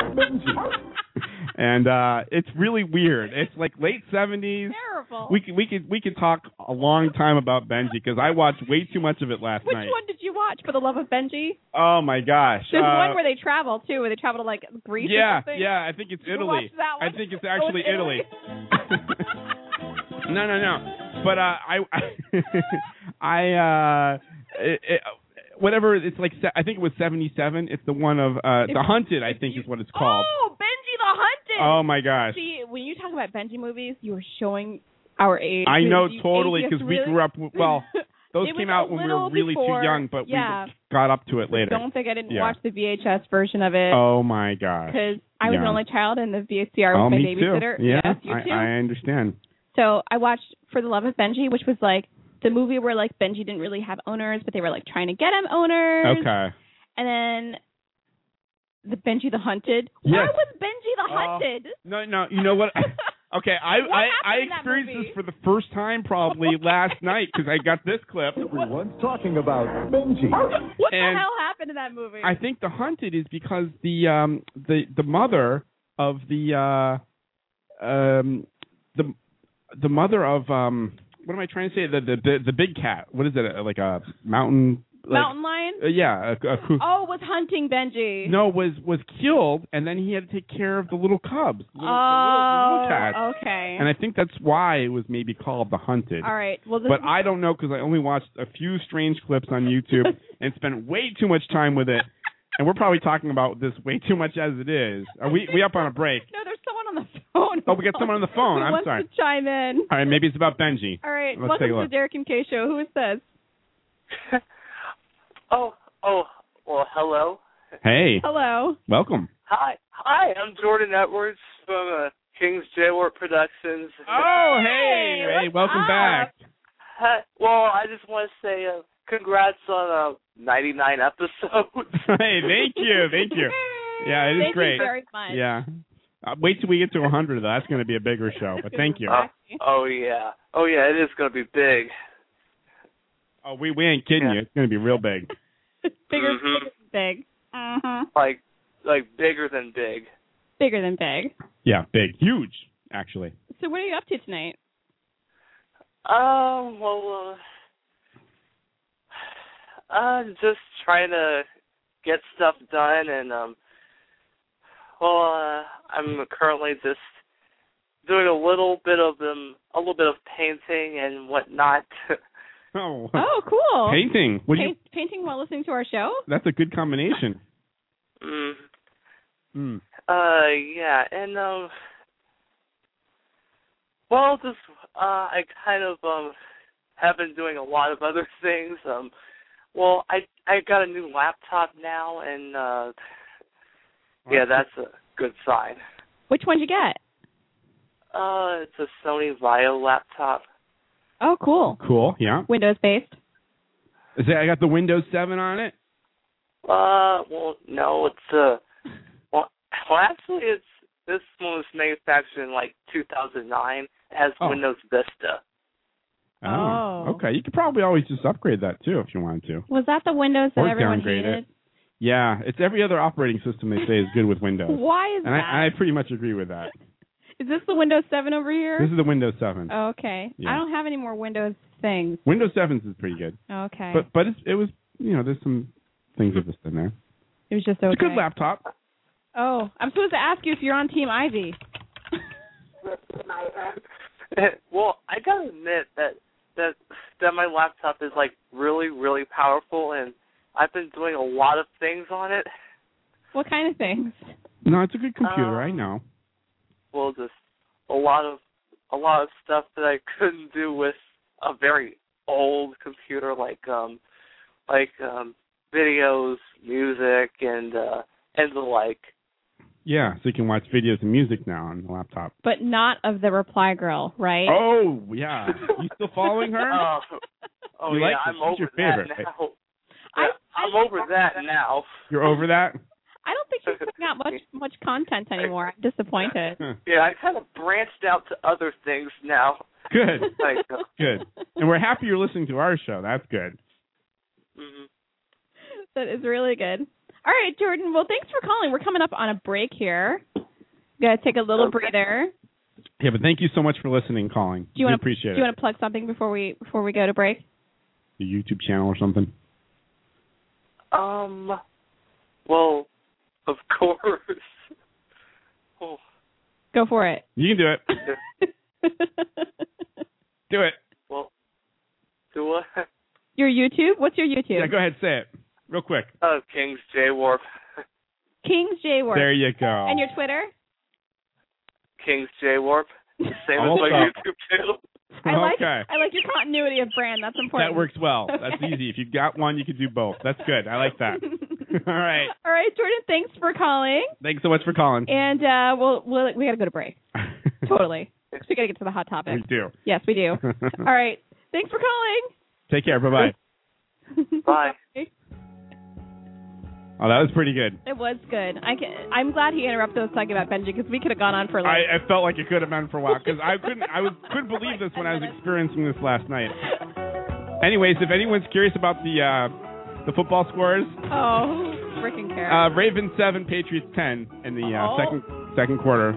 B: and uh, it's really weird. It's like late 70s.
C: Terrible.
B: We could we could we could talk a long time about Benji because I watched way too much of it last
C: Which
B: night.
C: one did you watch? For the love of Benji.
B: Oh my gosh!
C: There's
B: Uh,
C: one where they travel too, where they travel to like Greece.
B: yeah,
C: or something.
B: yeah, I think it's
C: You
B: Italy.
C: watched that
B: I
C: one?
B: think it's
C: Oh, it's
B: actually
C: Italy.
B: no, no, no. But uh, I, I, uh, it, it, whatever. It's like se- I think it was seventy-seven. It's the one of uh,
C: If-
B: the Hunted. I think is what it's called.
C: Oh, Benji the Hunted.
B: Oh, my gosh.
C: See, when you talk about Benji movies, you are showing our age.
B: I know
C: You-
B: totally
C: you
B: because we
C: really-
B: grew up. w- Well, those
C: It was
B: came
C: a
B: out when we were
C: little
B: really
C: before-
B: too young, but
C: yeah.
B: we got up to it later.
C: Don't think I didn't
B: Yeah.
C: watch the VHS version of it
B: Oh my gosh.
C: because I was an
B: Yeah.
C: only child and the VCR was
B: oh,
C: my
B: me
C: babysitter.
B: too. Yeah,
C: Yes, you
B: I,
C: too.
B: I understand.
C: So I watched For the Love of Benji, which was like the movie where like Benji didn't really have owners, but they were like trying to get him owners.
B: Okay.
C: And then the Benji the Hunted. Why
B: Yes.
C: was Benji the
B: Oh.
C: Hunted?
B: No, no. You know what? Okay, I
C: What
B: I, I
C: happened in that
B: experienced
C: movie?
B: this for the first time probably last night because I got this clip.
G: Everyone's talking about Benji.
C: What
B: and
C: the hell happened in that movie?
B: I think the hunted is because the um the the mother of the uh um the the mother of um what am I trying to say the the the, the big cat what is it uh, like a mountain like,
C: Mountain Lion.
B: uh, yeah a, a cou-
C: Oh, was hunting Benji.
B: no was was killed and then he had to take care of the little cubs the little, the little- the little cats.
C: Oh, okay.
B: and I think that's why it was maybe called the hunted
C: All right. Well, this
B: but I don't know because I only watched a few strange clips on YouTube and spent way too much time with it. And we're probably talking about this way too much as it is. Are we we up on a break?
C: no, there's someone on the phone.
B: Oh, we got someone on the phone.
C: Who
B: I'm
C: wants
B: sorry.
C: To chime in.
B: All right, maybe it's about Benji.
C: All right.
B: Let's
C: Welcome
B: take a
C: to the
B: look.
C: Derek and Kay show. Who is this?
J: Oh, oh, well, hello.
B: Hey,
C: Hello.
B: welcome.
J: Hi. Hi, I'm Jordan Edwards from uh, King's Jailward Productions.
B: Oh, hey, hey, welcome back.
J: Hi. Well, I just want to say uh, congrats on uh, 99 episodes.
B: hey, thank you, thank you. Yeah, it is
J: Thank you
B: great.
J: very much.
B: Yeah. Uh, wait till we get to 100 though. That's going to be a bigger show. But thank you.
J: Uh, oh, yeah. Oh, yeah, it is going to be big.
B: Oh, we we ain't kidding you. It's going to be real big.
C: Bigger,
J: Mhm.
C: big, uh-huh.
J: Like, like bigger than big.
C: bigger than big.
B: Yeah, big, huge, actually.
C: So, what are you up to tonight?
J: Um, well, uh, I'm just trying to get stuff done, and um, well, uh, I'm currently just doing a little bit of um, a little bit of painting and whatnot.
B: Oh.
C: Oh, cool.
B: Painting. What do you?
C: Paint, Painting while listening to our show.
B: That's a good combination.
J: mm,
B: Mm.
J: uh, yeah, and um, well, just uh, I kind of um have been doing a lot of other things. Um, well, I I got a new laptop now, and uh, yeah, that's a good sign.
C: Which one did you get?
J: Uh, it's a Sony Vaio laptop.
C: Oh, cool.
B: Cool. Yeah.
C: Windows based.
B: Is that, I got the Windows 7 on it.
J: Uh, well, no, it's a well, well actually, it's this one was manufactured in like 2009 as
B: Oh.
J: Windows Vista.
C: Oh.
B: Okay. You could probably always just upgrade that too if you wanted to,
C: Was that the Windows that
B: or
C: everyone
B: downgrade
C: hated?
B: it. Yeah, it's every other operating system they say is good with Windows,
C: Why is
B: and
C: that?
B: I, I pretty much agree with that.
C: Is this the Windows 7 over here?
B: This is the Windows 7.
C: Oh, okay.
B: Yeah.
C: I don't have any more Windows things.
B: Windows 7 is pretty good,
C: Okay.
B: but but it's, it was you know there's some things of this in there.
C: it was just okay.
B: It's a good laptop.
C: Oh, I'm supposed to ask you if you're on Team Ivy.
J: well, I gotta admit that that that my laptop is like really really powerful, and I've been doing a lot of things on it.
C: What kind of things?
B: No, it's a good computer.
C: Oh.
J: Uh,
B: I know.
J: Well, just a lot of a lot of stuff that I couldn't do with a very old computer, like um like um videos, music, and uh and the like.
B: Yeah, so you can watch videos and music now on the laptop.
C: But not of the Reply Girl, right?
B: Oh yeah, you still following her?
J: Oh, oh
B: You
J: yeah,
B: like this.
J: I'm
B: She's
J: over
B: your favorite,
J: that
B: right?
J: now. Yeah, I'm over that now.
B: You're over that?
C: I don't think she's putting out much much content anymore. I'm disappointed.
J: Yeah, I kind of branched out to other things now.
B: Good.
J: Like, uh,
B: Good. And we're happy you're listening to our show. That's good.
J: Mm-hmm.
C: That is really good. All right, Jordan. Well, thanks for calling. We're coming up on a break here. Gotta take a little breather.
B: Yeah, but thank you so much for listening, and calling.
C: Do you
B: we
C: want to
B: appreciate
C: Do you
B: it.
C: want to plug something before we before we go to break?
B: The YouTube channel or something.
J: Um. Well, of course. Oh,
C: Go for it.
B: You can do it. do it.
J: well. Do I?
C: Your YouTube. What's your YouTube?
B: Yeah, go ahead, say it real quick.
J: Oh, King's J Warp.
C: Kings J Word.
B: There you go.
C: And your Twitter.
J: King's J Warp. Same as
B: Also-
J: my YouTube channel.
C: I like
B: okay.
C: I like your continuity of brand. That's important.
B: That works well.
C: Okay.
B: That's easy. If you've got one, you can do both. That's good. I like that. All right.
C: All right, Jordan. Thanks for calling.
B: Thanks so much for calling.
C: And uh, we'll, we'll we gotta go to break. totally. 'Cause We gotta get to the hot topic.
B: We do.
C: Yes, we do. All right. Thanks for calling.
B: Take care. Bye bye.
J: Bye.
B: Oh, that was pretty good.
C: It was good. I can, I'm glad he interrupted us talking about Benji because we could have gone on for like.
B: I, I felt like it could have been for a while because I couldn't I was, couldn't believe this when I was experiencing this last night. Anyways, if anyone's curious about the uh, the football scores,
C: oh, who freaking care.
B: uh, Ravens seven, Patriots ten in the uh,
C: Oh.
B: second second quarter.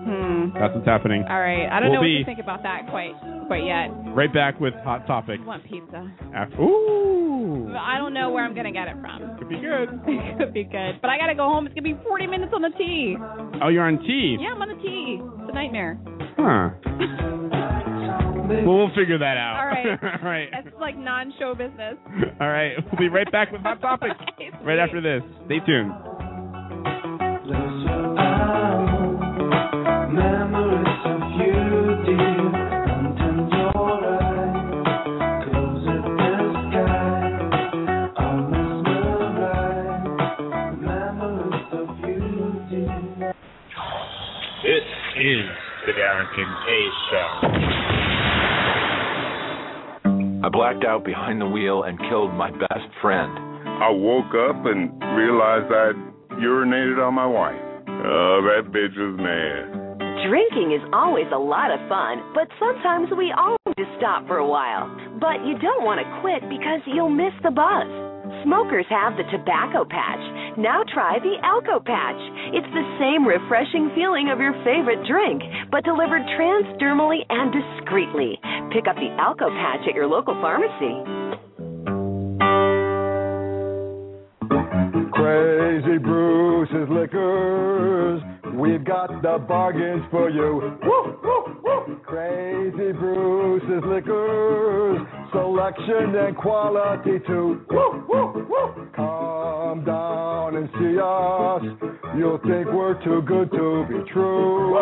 C: Hmm.
B: That's what's happening.
C: All right. I don't
B: we'll
C: know
B: be
C: what you think about that quite quite yet.
B: right back with hot topic
C: I want pizza.
B: after. Ooh.
C: But I don't know where I'm gonna get it from.
B: Could be good.
C: Could be good. But I gotta go home. It's gonna be 40 minutes on the T.
B: Oh, you're on tea.
C: Yeah, I'm on the T. It's a nightmare.
B: Huh. Well, we'll figure that out.
C: All right.
B: All right.
C: That's like non-show business.
B: All right. We'll be right back with hot topic right after this. Stay tuned.
A: Memories of you, dear, until your eyes close at the sky. I'm mesmerized. Memories of you, dear.
K: This is the Darren Kincaid
N: I blacked out behind the wheel and killed my best friend.
O: I woke up and realized I'd urinated on my wife. Oh, that bitch is mad.
F: Drinking is always a lot of fun, but sometimes we all need to stop for a while. But you don't want to quit because you'll miss the buzz. Smokers have the tobacco patch. Now try the Alco patch. It's the same refreshing feeling of your favorite drink, but delivered transdermally and discreetly. Pick up the Alco patch at your local pharmacy.
P: Crazy Bruce's Liquors, we've got the bargains for you. Woo, woo, woo. Crazy Bruce's Liquors, selection and quality too. Woo, woo, woo. Come down and see us. You'll think we're too good to be true.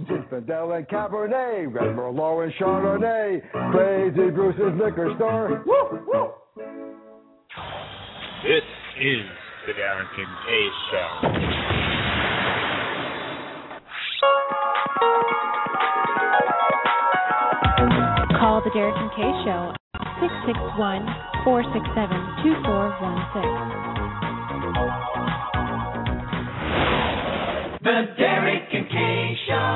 P: Zinfandel and Cabernet, Red Merlot and Chardonnay. Crazy Bruce's Liquor Store. Woo, woo.
K: This is the Darren Kincaid
E: Call the Derek and Kay Show at 661 467 2416.
A: The Derek and Kay Show.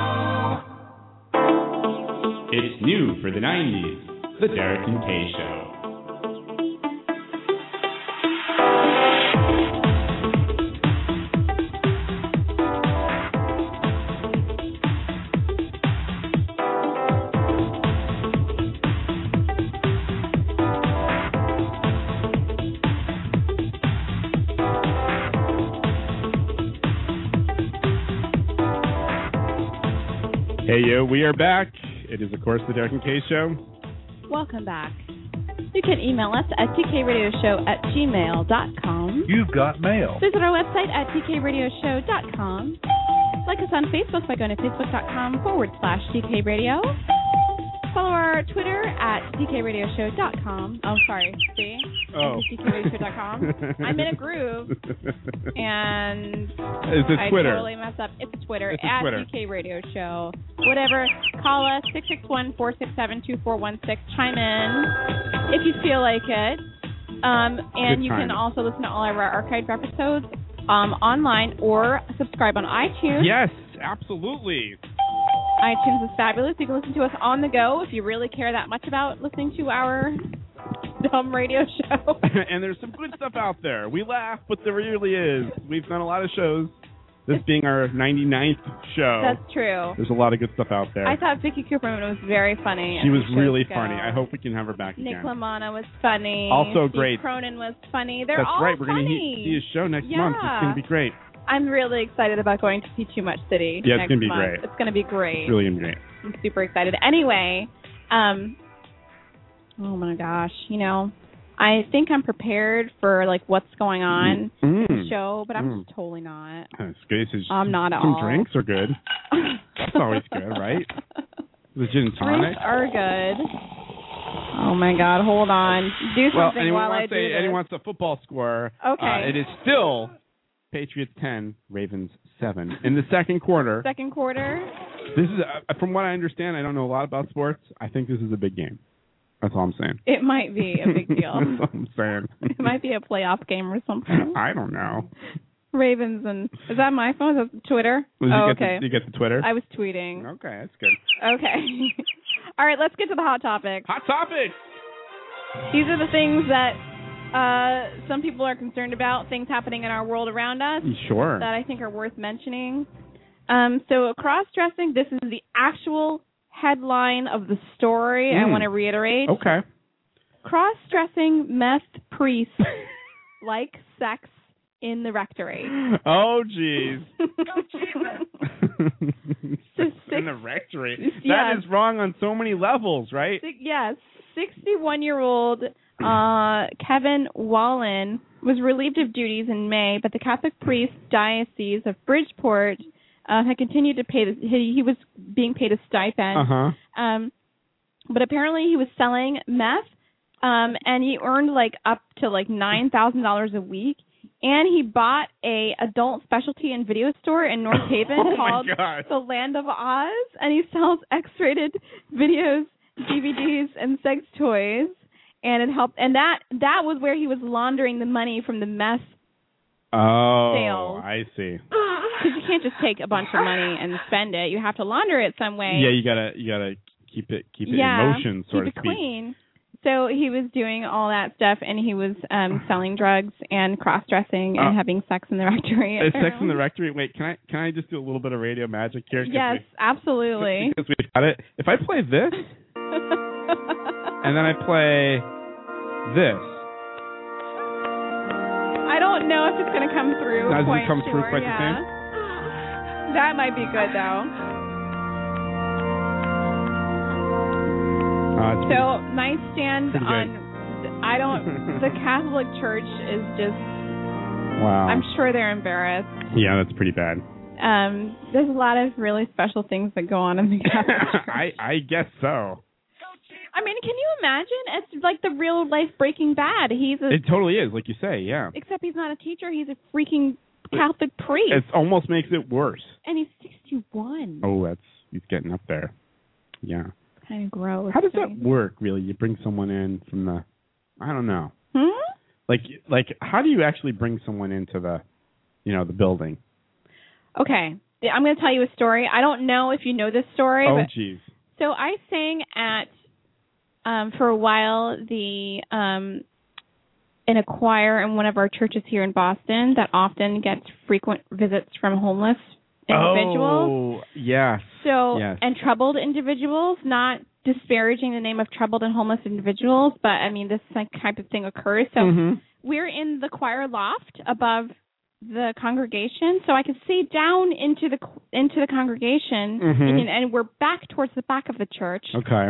L: It's new for the 90s, The Derek and Kay Show.
B: Hey, yo, we are back. It is, of course, the Derek and Kay Show.
C: Welcome back. You can email us at tkradioshow at gmail.com.
Q: You've got mail.
C: Visit our website at tkradioshow.com. Like us on Facebook by going to facebook.com forward slash tkradio. Follow our Twitter at tkradioshow.com. Oh, sorry. See?
B: Oh.
C: tkradioshow.com. I'm in a groove. And
B: It's a Twitter.
C: I totally messed up. It's Twitter
B: It's a
C: at
B: Twitter.
C: DK Radio Show. Whatever. Call us 661 467 2416. Chime in if you feel like it. Um, and
A: Good
C: you
A: time.
C: can also listen to all of our archived episodes um, online or subscribe on iTunes.
B: Yes, absolutely.
C: iTunes is fabulous. You can listen to us on the go if you really care that much about listening to our dumb radio show.
B: and there's some good stuff out there. We laugh, but there really is. We've done a lot of shows. This being our 99th show,
C: That's true.
B: there's a lot of good stuff out there.
C: I thought Vicky Cooperman was very funny.
B: she was
C: We should
B: really
C: go.
B: funny. I hope we can have her back
C: Nick
B: again.
C: Lamana was funny.
B: Also
C: Steve
B: great.
C: Cronin was funny. They're
B: That's
C: all
B: right. We're
C: funny.
B: gonna he- see his show next month. It's
C: Yeah.
B: going to be great.
C: I'm really excited about going to see Too Much City.
B: Yeah, it's
C: next
B: gonna be
C: month.
B: great.
C: It's going to be great.
B: It's really gonna be great.
C: I'm super excited. Anyway, um, oh my gosh, you know, I think I'm prepared for like what's going on
B: Mm.
C: in the show, but I'm
B: Mm.
C: just totally not.
B: It's good. It's-
C: I'm not at
B: Uh, some
C: all.
B: drinks are good. That's always good, right? The gin and tonic.
C: Drinks are good. Oh my God, hold on. Do something
B: well, anyone
C: while I
B: wants
C: do
B: a,
C: this.
B: anyone wants a football score.
C: Okay.
B: Uh, it is still Patriots 10, Ravens 7. In the second quarter,
C: Second quarter.
B: this is uh, from what I understand, I don't know a lot about sports. I think this is a big game. That's all I'm saying.
C: It might be a big deal.
B: That's all I'm saying.
C: it might be a playoff game or something.
B: I don't know.
C: Ravens and is that my phone? Is that Twitter?
B: Did you
C: oh,
B: get the-
C: okay.
B: did you get the Twitter?
C: I was tweeting.
B: Okay, that's good.
C: Okay. All right, let's get to the hot topics.
B: Hot topics.
C: These are the things that uh, some people are concerned about, things happening in our world around us
B: Sure.
C: that I think are worth mentioning. Um, so, cross dressing, this is the actual headline of the story. I
A: Mm.
C: want to reiterate.
B: Okay.
C: Cross dressing meth priests like sex in the rectory.
B: Oh, jeez.
C: six-
B: in the rectory.
C: yeah.
B: That is wrong on so many levels, right?
C: Six- yes, 61 year old uh, Kevin Wallen was relieved of duties in May, but the Catholic priest diocese of Bridgeport uh, had continued to pay. The, he, he was being paid a stipend,
A: Uh-huh.
C: um, but apparently he was selling meth, um, and he earned like up to like nine thousand dollars a week. And he bought a adult specialty and video store in North Haven
A: Oh my
C: called
A: God.
C: The Land of Oz, and he sells X-rated videos, DVDs, and sex toys. And it helped, and that that was where he was laundering the money from the meth,
B: Oh,
C: Sales.
B: I see.
C: because you can't just take a bunch of money and spend it. You have to launder it some way.
B: Yeah, you gotta you gotta keep it keep it
C: yeah,
B: in motion, so
C: keep
B: to
C: it
B: speak.
C: clean. So he was doing all that stuff, and he was um selling drugs and cross dressing and
B: Uh,
C: having sex in the rectory.
B: Is Sex in the Rectory. Wait, can I can I just do a little bit of radio magic here? 'Cause
C: Yes,
B: we,
C: absolutely.
B: because we've got it. If I play this and then I play this,
C: I don't know if it's gonna come through.
B: Does it
C: quite
B: come
C: sure,
B: through quite the
C: yeah.
B: same?
C: That might be good though.
B: uh, it's pretty-
C: So my stand
B: Pretty good.
C: on I don't the Catholic Church is just
B: wow.
C: I'm sure they're embarrassed.
B: yeah, that's pretty bad.
C: Um, there's a lot of really special things that go on in the Catholic
B: I I guess so.
C: I mean, can you imagine? It's like the real life Breaking Bad. He's a
B: It totally is, like you say. Yeah,
C: except he's not a teacher. He's a freaking Catholic priest,
B: it almost makes it worse.
C: and he's sixty-one.
B: Oh, that's he's getting up there. Yeah.
C: Kind of gross.
B: How does that work? Really, you bring someone in from the, I don't know.
C: Hmm?
B: Like like how do you actually bring someone into the, you know, the building?
C: Okay, Yeah, I'm going to tell you a story. I don't know if you know this story,
B: Oh
C: but
B: jeez.
C: So I sang at um for a while the um in a choir in one of our churches here in Boston that often gets frequent visits from homeless individuals.
B: Oh yes.
C: so
B: yes.
C: and troubled individuals, not disparaging the name of troubled and homeless individuals, but I mean this type of thing occurs. So
B: Mm-hmm.
A: Mhm.
C: we're in the choir loft above the congregation, so I could see down into the into the congregation,
B: Mhm.
C: and, and we're back towards the back of the church.
B: okay.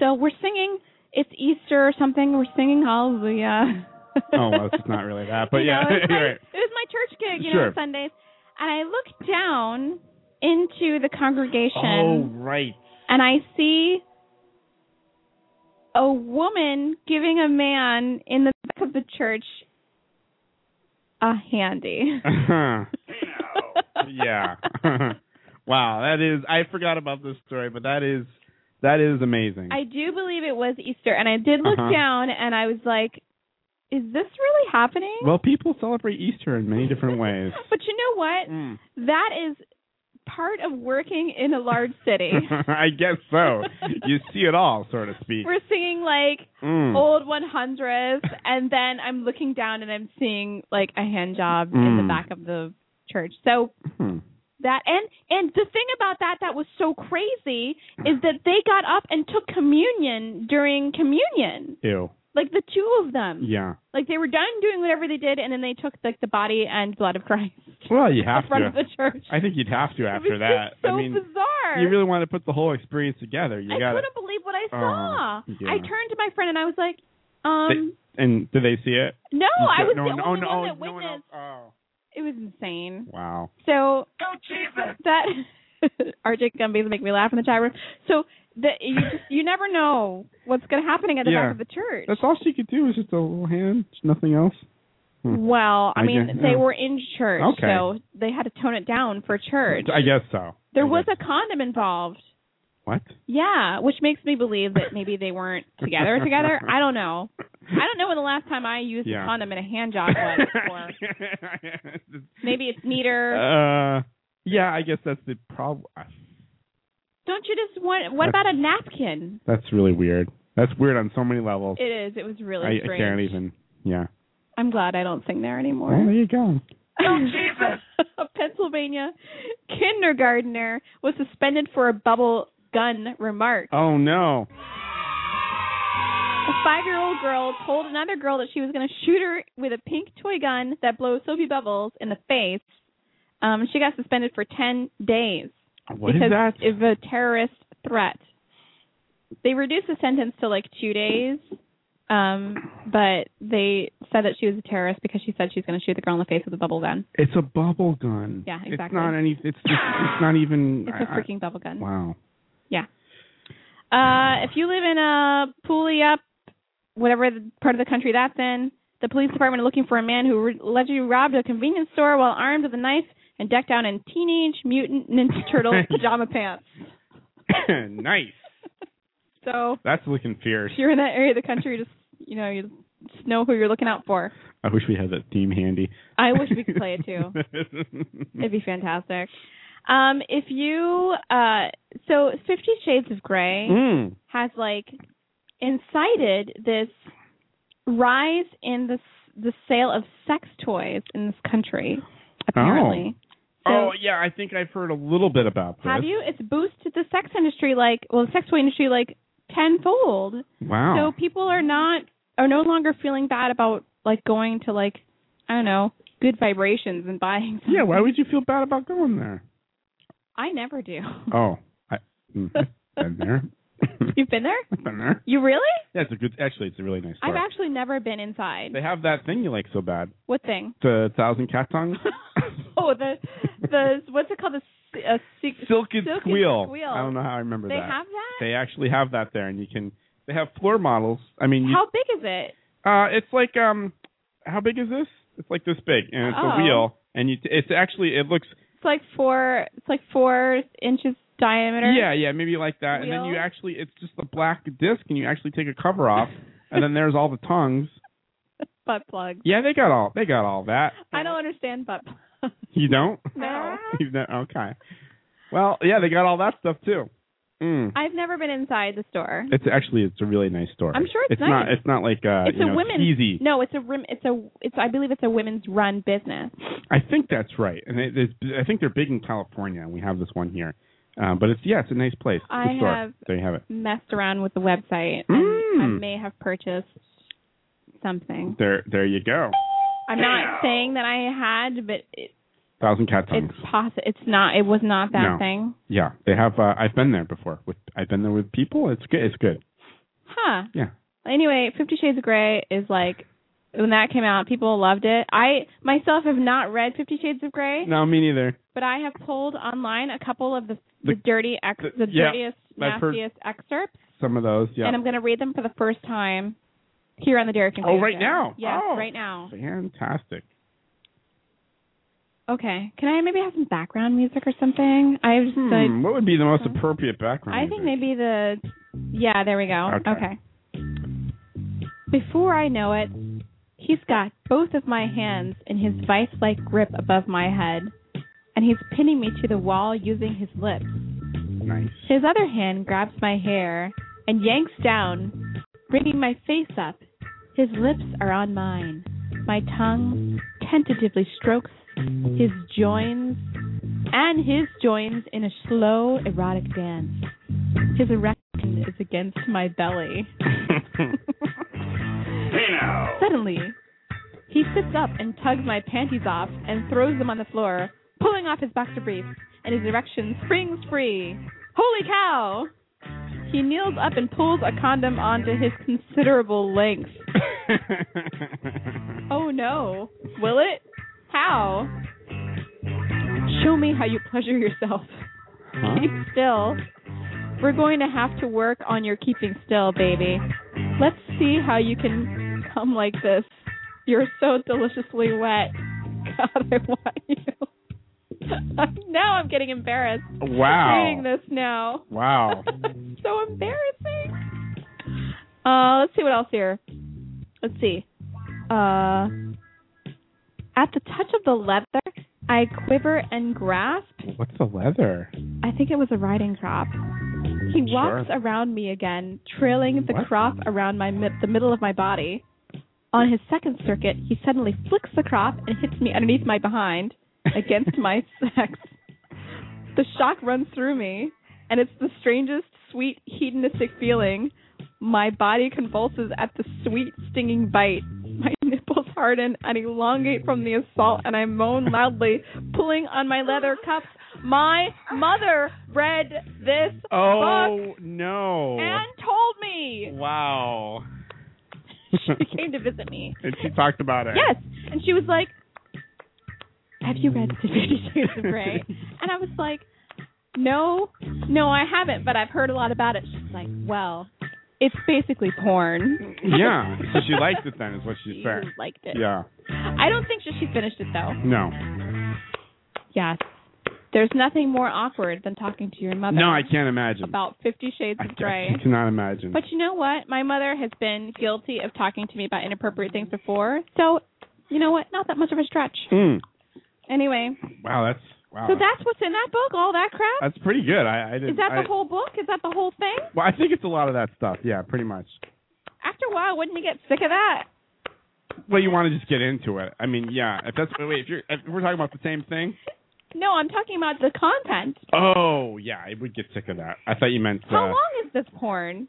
C: So we're singing. It's Easter or something. We're singing Hallelujah.
B: Oh well, it's not really that, but
C: You
B: yeah.
C: know, it's my-
B: right.
C: It was my church gig, you know,
B: Sure.
C: on Sundays, and I look down into the congregation,
B: Oh right.
C: and I see a woman giving a man in the back of the church a handy.
B: yeah. wow, that is I forgot about this story, but that is that is amazing.
C: I do believe it was Easter, and I did look
B: Uh-huh.
C: down, and I was like, is this really happening?
B: Well, people celebrate Easter in many different ways.
C: But you know what?
B: Mm.
C: That is part of working in a large city.
B: I guess so. You see it all, so to speak.
C: We're singing like
B: Mm.
C: old 100s, and then I'm looking down and I'm seeing like a hand job in the
B: Mm.
C: back of the church. So
B: Hmm.
C: that and and the thing about that that was so crazy is that they got up and took communion during communion,
B: Ew.
C: like the two of them.
B: Yeah.
C: Like they were done doing whatever they did, and then they took like the body and blood of Christ
B: Well, you have
C: in front
B: to.
C: of the church.
B: I think you'd have to
C: it was
B: after that.
C: just so
B: I mean,
C: bizarre.
B: you really want to put the whole experience together. You
C: I
B: got
C: couldn't believe what I
B: Oh,
C: saw.
B: yeah.
C: I turned to my friend and I was like, um,
B: And did they see it? You
C: no, I
B: said-
C: was
B: no,
C: the
B: no,
C: only
B: no,
C: one that
B: no one
C: witnessed. It was insane.
B: Wow.
C: So
B: Oh,
C: that RJ Gumby's make me laugh in the chat room. So the, you just, you never know what's going to happening at the
B: Yeah.
C: back of the church.
B: That's all she could do is just a little hand, just nothing else. Hmm.
C: Well, I,
B: I
C: mean,
B: guess-
C: they
B: yeah.
C: were in church,
B: Okay.
C: so they had to tone it down for church.
B: I guess so.
C: There was a condom involved.
B: What?
C: Yeah, which makes me believe that maybe they weren't together together. I don't know. I don't know when the last time I used
B: Yeah.
C: a condom in a hand job was. Or maybe it's neater.
B: Uh, yeah, I guess that's the problem.
C: don't you just want? What about a napkin?
B: That's really weird. That's weird on so many levels.
C: It is. It was really
B: I, I
C: strange.
B: can't even. Yeah.
C: I'm glad I don't sing there anymore.
B: Well, there you go.
C: a Pennsylvania kindergartner was suspended for a bubble gun remark.
B: Oh no.
C: A five-year-old girl told another girl that she was going to shoot her with a pink toy gun that blows soapy bubbles in the face. Um, she got suspended for ten days
B: What is
C: because
B: that?
C: of a terrorist threat. They reduced the sentence to like two days, um, but they said that she was a terrorist because she said she was going to shoot the girl in the face with a bubble gun.
B: It's a bubble gun.
C: Yeah,
B: It's
C: exactly.
B: not any. It's just, it's not even.
C: It's
B: I-
C: a
B: I-
C: freaking bubble gun.
B: wow.
C: Uh, if you live in a pulley up, whatever the part of the country that's in, the police department are looking for a man who re- allegedly robbed a convenience store while armed with a knife and decked out in Teenage Mutant Ninja Turtle pajama pants.
B: nice.
C: So
B: That's looking fierce.
C: if you're in that area of the country, just you know you just know who you're looking out for.
B: I wish we had that theme handy.
C: I wish we could play it too. It'd be fantastic. Um, if you uh, so Fifty Shades of Grey.
B: Mm.
C: has like incited this rise in the s- the sale of sex toys in this country. Apparently,
B: Oh.
C: So-
B: oh yeah, I think I've heard a little bit about this.
C: have you? It's boosted the sex industry like well, the sex toy industry like tenfold.
B: Wow.
C: So people are not are no longer feeling bad about like going to like I don't know good vibrations and buying.
B: yeah, why would you feel bad about going there?
C: I never do.
B: Oh, I, mm, been there.
C: You've been there?
B: I've been there.
C: You really?
B: Yeah, it's a good. Actually, it's a really nice.
C: I've
B: store.
C: actually never been inside.
B: They have that thing you like so bad,
C: What thing?
B: the thousand cat tongues.
C: Oh, the the what's it called? The s- uh, se-
B: Silken
C: Silken
B: squeal.
C: squeal.
B: I don't know how I remember
C: They
B: that.
C: have that.
B: They actually have that there, and you can. They have floor models. I mean, you,
C: How big is it?
B: Uh, it's like um, how big is this? It's like this big, and it's
C: Oh.
B: a wheel, and you. T- it's actually it looks.
C: It's like four. It's like four inches diameter.
B: Yeah, yeah, maybe like that, and then you
C: Wheel?
B: actually it's just a black disc, and you actually take a cover off, and then there's all the tongues.
C: Butt plugs.
B: Yeah, they got all they got all that.
C: I don't understand butt plugs.
B: You don't?
C: No.
B: You don't? Okay. Well, yeah, they got all that stuff too. Mm.
C: I've never been inside the store.
B: It's actually it's a really nice store.
C: I'm sure it's
B: it's not
C: nice.
B: it's not like uh
C: it's
B: you
C: a
B: know,
C: women's.
B: easy.
C: No, it's a rim. It's a. It's. I believe it's a women's run business.
B: I think that's right, and it, it's, I think they're big in California, and we have this one here. Uh, but it's yeah, it's a nice place. It's a
C: I
B: store.
C: have-
B: there you have it.
C: Messed around with the website. and I
B: Mm.
C: may have purchased something.
B: There there you go.
C: I'm not saying that I had, but it,
B: Thousand cat tongues.
C: it's possible. It's not. It was not that
B: Um, No.
C: thing.
B: Yeah, they have. Uh, I've been there before. With I've been there with people. It's good. It's good.
C: Huh.
B: Yeah.
C: Anyway, Fifty Shades of Grey is like when that came out, people loved it. I myself have not read Fifty Shades of Grey,
B: No, me neither.
C: but I have pulled online a couple of the
B: The-
C: the, dirty ex the,
B: yeah,
C: dirtiest
B: I've heard-
C: nastiest excerpts,
B: Some of those. Yeah.
C: and I'm going to read them for the first time here on the Derek and
B: Oh,
C: Dave
B: right
C: Show.
B: now?
C: Yes,
B: Oh.
C: right now.
B: Fantastic.
C: Okay. Can I maybe have some background music or something? I just
B: Hmm,
C: like,
B: what would be the most appropriate background?
C: I think maybe the yeah, there we go.
B: Okay.
C: Before I know it, He's got both of my hands in his vice like grip above my head, and he's pinning me to the wall using his lips.
B: Nice.
C: His other hand grabs my hair and yanks down, bringing my face up. His lips are on mine. My tongue tentatively strokes his joins and his joins in a slow, erotic dance. His erection is against my belly. Suddenly, he sits up and tugs my panties off and throws them on the floor, pulling off his boxer briefs, and his erection springs free. Holy cow! He kneels up and pulls a condom onto his considerable length. oh no. Will it? How? Show me how you pleasure yourself.
A: Huh?
C: Keep still. We're going to have to work on your keeping still, baby. Let's see how you can come like this. You're so deliciously wet. God, I want you. now I'm getting embarrassed.
B: Wow.
C: Saying this now.
B: Wow.
C: so embarrassing. Uh, let's see what else here. Let's see. Uh, at the touch of the leather, I quiver and grasp.
B: What's the leather?
C: I think it was a riding crop. He walks around me again, trailing the crop around my mid- the middle of my body. On his second circuit, he suddenly flicks the crop and hits me underneath my behind, against my sex. The shock runs through me, and it's the strangest, sweet, hedonistic feeling. My body convulses at the sweet, stinging bite. My nipples harden and elongate from the assault, and I moan loudly, pulling on my leather cuffs. My mother read this
B: Oh
C: book
B: no.
C: and told me.
B: wow.
C: She came to visit me.
B: and she talked about it.
C: Yes. And she was like, Have you read Fifty Shades of Grey? And I was like, No, no, I haven't, but I've heard a lot about it. She's like, Well, it's basically porn.
B: yeah. So she liked it then, is what she's
C: She
B: saying.
C: liked it.
B: Yeah.
C: I don't think she, she finished it, though.
B: No.
C: Yes. There's nothing more awkward than talking to your mother
B: No, I can't imagine.
C: about Fifty Shades of Grey.
B: I cannot imagine.
C: Mm-hmm. But you know what? My mother has been guilty of talking to me about inappropriate things before. So, you know what? Not that much of a stretch.
B: Mm.
C: Anyway,
B: Wow, that's wow.
C: so that's what's in that book, all that crap?
B: that's pretty good. I, I didn't.
C: Is that the
B: I-
C: whole book? Is that the whole thing?
B: Well, I think it's a lot of that stuff. Yeah, pretty much.
C: After a while, wouldn't you get sick of that?
B: Well, you want to just get into it. I mean, yeah. If that's wait, if you're if we're talking about the same thing.
C: No, I'm talking about the content.
B: Oh yeah, I would get sick of that. I thought you meant.
C: How
B: uh,
C: long is this porn?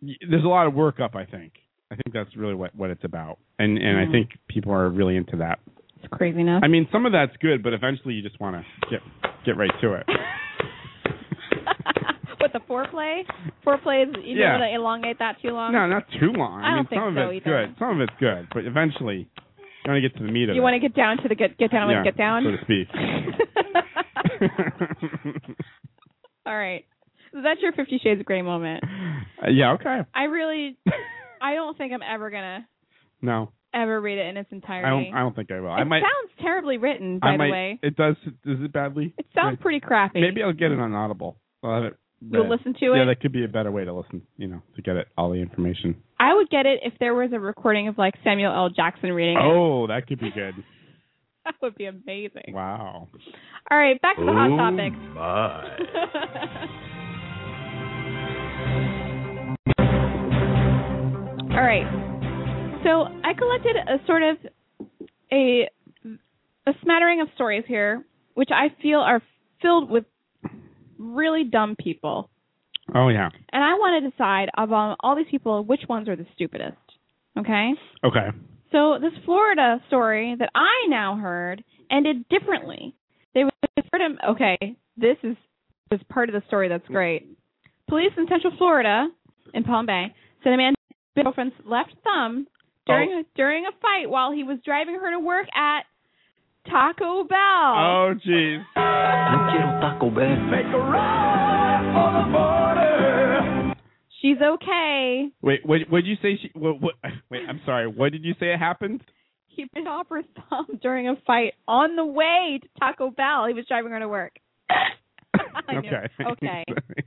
B: y- There's a lot of work up. I think. I think that's really what what it's about, and and I
C: Mm.
B: think people are really into that.
C: It's craziness.
B: I mean, some of that's good, but eventually you just want to get get right to it.
C: With the foreplay? Foreplay is, you
B: Yeah.
C: don't want to elongate that too long?
B: No, not too long.
C: Um, I
B: I, mean,
C: don't think
B: some
C: so
B: of it's
C: either.
B: good. Some of it's good, but eventually you want to get to the meat of
C: You
B: it.
C: want to get down to the get, get down
B: yeah,
C: and get down?
B: so to speak.
C: All right. So that's your Fifty Shades of Grey moment.
B: Uh, yeah. Okay.
C: I really, I don't think I'm ever gonna
B: No,
C: ever read it in its entirety.
B: I don't. I don't think I will.
C: it
B: I might.
C: sounds terribly written, by
B: I might,
C: the way.
B: It does. Does it badly? It
C: sounds pretty crappy.
B: Maybe I'll get it on Audible. I'll have it.
C: You'll
B: read.
C: listen to
B: Yeah,
C: it?
B: that could be a better way to listen. You know, to get it all the information.
C: I would get it if there was a recording of like Samuel L. Jackson reading it.
B: Oh, that could be good.
C: That would be amazing.
B: Wow.
C: All right, back to the
K: Oh,
C: hot topics.
B: My.
C: All right. So I collected a sort of a a smattering of stories here, which I feel are filled with really dumb people,
B: Oh yeah.
C: and I want to decide of um, all these people which ones are the stupidest. Okay.
B: Okay.
C: So this Florida story that I now heard ended differently. They referred him. Okay, this is this is part of the story that's great. Police in Central Florida, in Palm Bay, said a man bit his girlfriend's left thumb during a, during a fight while he was driving her to work at Taco Bell.
B: Oh jeez.
N: Taco Bell.
C: She's okay.
B: Wait. What? What did you say? She. What, what? Wait. I'm sorry. What did you say? It happened.
C: He bit off her thumb during a fight on the way to Taco Bell. He was driving her to work. I knew it.
B: okay.
C: Okay.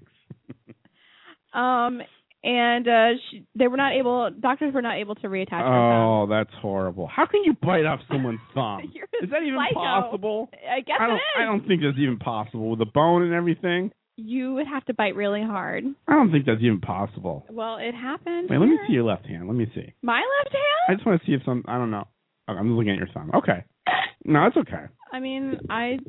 C: Um, and uh, she, they were not able. Doctors were not able to reattach her thumb.
B: Oh, that's horrible. How can you bite off someone's thumb? Is that even
C: Psycho.
B: possible?
C: I guess
B: Oh. I
C: it
B: don't.
C: is.
B: I don't think that's even possible with the bone and everything.
C: You would have to bite really hard.
B: I don't think that's even possible.
C: Well, it happened.
B: Wait, let me
C: here.
B: see your left hand. Let me see.
C: My left
B: I
C: hand.
B: just want to see if some. I don't know. Okay, I'm looking at your thumb. Okay. No, it's okay.
C: I mean, I,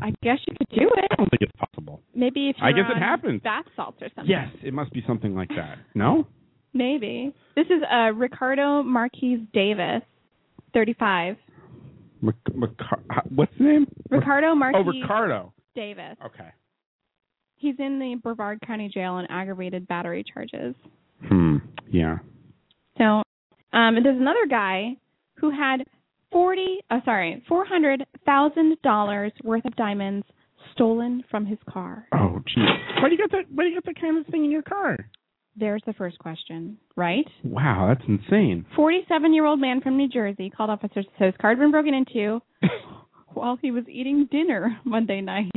C: I guess you could do
B: I
C: it.
B: don't think it's possible.
C: Maybe if you're
B: I guess it
C: on
B: happens.
C: bath salts or something.
B: Yes, it must be something like that. No.
C: Maybe. This is uh, Ricardo Marquis Davis, 35.
B: Ric- Ricar- what's the name?
C: Ricardo Marquis
B: Oh, Ricardo.
C: Davis.
B: Okay.
C: He's in the Brevard County Jail on aggravated battery charges.
B: Hmm. Yeah.
C: So, um, and there's another guy who had forty, oh, sorry, four hundred thousand dollars worth of diamonds stolen from his car.
B: Oh, gee. Why do you got that? Why do you got that kind of thing in your car?
C: There's the first question, right?
B: Wow, that's insane.
C: 47 year old man from New Jersey called officers to say his car had been broken into while he was eating dinner Monday night.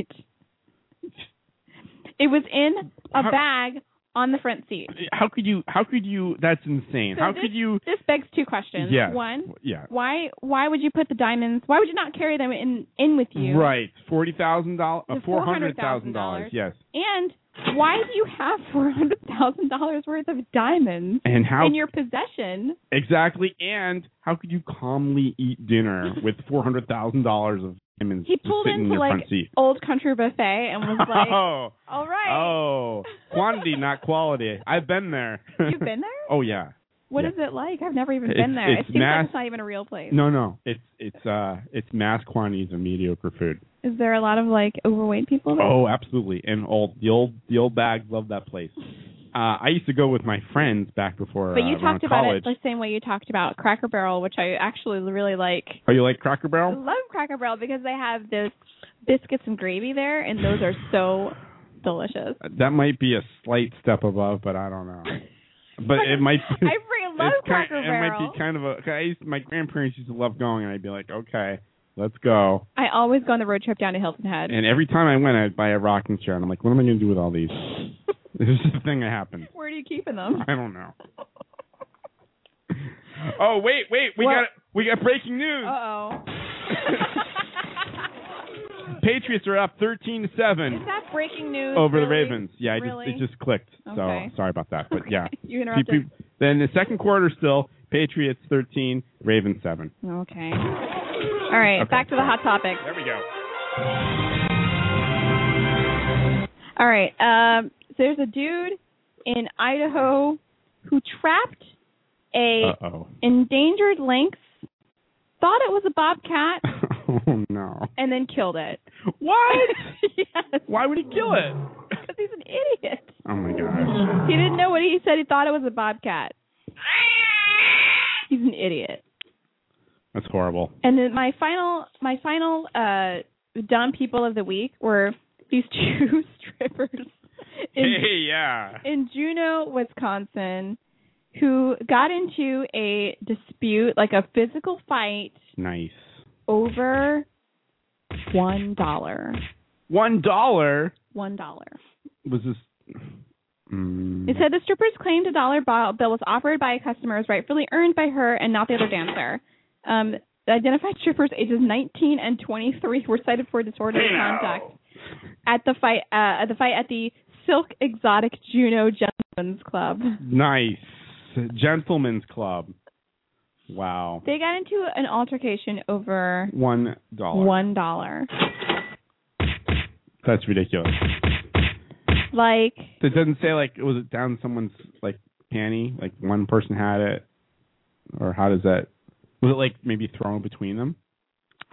C: It was in a
B: How-
C: bag on the front seat.
B: How could you? How could you? That's insane.
C: So
B: how
C: this,
B: could you?
C: This begs two questions.
B: Yes.
C: One,
B: Yeah.
C: why why would you put the diamonds? Why would you not carry them in in with you?
B: Right. Forty thousand dollars.
C: The
B: Four hundred thousand dollars.
C: $400,000.
B: Yes.
C: And why do you have four hundred thousand dollars worth of diamonds
B: And how
C: in your possession?
B: exactly? And how could you calmly eat dinner with four hundred thousand dollars of diamonds
C: He
B: just
C: pulled
B: sitting in
C: into
B: your
C: like
B: front seat?
C: old country buffet and was like,
B: oh.
C: "All right,
B: Oh. Quantity, not quality. I've been there.
C: you've been there.
B: Oh yeah.
C: What
B: yeah.
C: is it like? I've never even
B: It's-
C: been there.
B: it's
C: it seems
B: mass-
C: like it's not even a real place.
B: No, no. It's it's uh it's mass quantities of mediocre food.
C: Is there a lot of like overweight people there?
B: Oh, absolutely. And old the old the old bags love that place. Uh, I used to go with my friends back before.
C: but
B: uh,
C: you
B: around
C: talked about
B: college.
C: it the same way you talked about Cracker Barrel, which I actually really like.
B: Oh, you like Cracker
C: I
B: Barrel?
C: love Cracker Barrel because they have those biscuits and gravy there, and those are so delicious.
B: That might be a slight step above, but I don't know. But it might. Be,
C: I freaking love
B: it's kind-
C: Cracker
B: It
C: Barrel.
B: might be kind of a. 'cause I used, my grandparents used to love going, and I'd be like, okay, let's go.
C: I always go on the road trip down to Hilton Head.
B: And every time I went, I'd buy a rocking chair, and I'm like, what am I going to do with all these? this is the thing that happened.
C: Where are you keeping them?
B: I don't know. Oh wait, wait, we
C: What? Oh.
B: got we got breaking news.
C: Uh-oh.
B: Patriots are up 13 to
C: Is
B: 7
C: that breaking news?
B: over the
C: really?
B: Ravens. Yeah, I
C: Really?
B: just it just clicked.
C: Okay.
B: So sorry about that, but yeah.
C: You interrupted.
B: Keep- then the second quarter still Patriots 13, Ravens 7.
C: Okay. All right,
B: Okay.
C: back to the hot topic.
B: There we go.
C: All right. Um, so there's a dude in Idaho who trapped a
B: Uh-oh.
C: endangered lynx, thought it was a bobcat,
B: oh no.
C: and then killed it.
B: What?
C: yes,
B: Why would he kill it?
C: because he's an idiot.
B: Oh my gosh.
C: He didn't know what he said. He thought it was a bobcat. He's an idiot.
B: That's horrible.
C: And then my final, my final uh, dumb people of the week were these two strippers. in-
B: hey, yeah.
C: in Juneau, Wisconsin, who got into a dispute, like a physical fight,
B: Nice.
C: over one dollar.
B: $1 dollar
C: One dollar.
B: was this mm,
C: It said the strippers claimed a dollar bo- bill was offered by a customer was rightfully earned by her and not the other dancer. Um, the identified strippers ages 19 and 23 were cited for disorderly
A: Hey now.
C: conduct at the fight uh, at the fight at the Silk Exotic Juneau Gentlemen's Club.
B: Nice. Gentlemen's Club. Wow.
C: They got into an altercation over
B: One dollar.
C: one dollar.
B: That's ridiculous.
C: Like
B: It doesn't say like was it down someone's like panty? Like one person had it, or how does that? Was it like maybe thrown between them?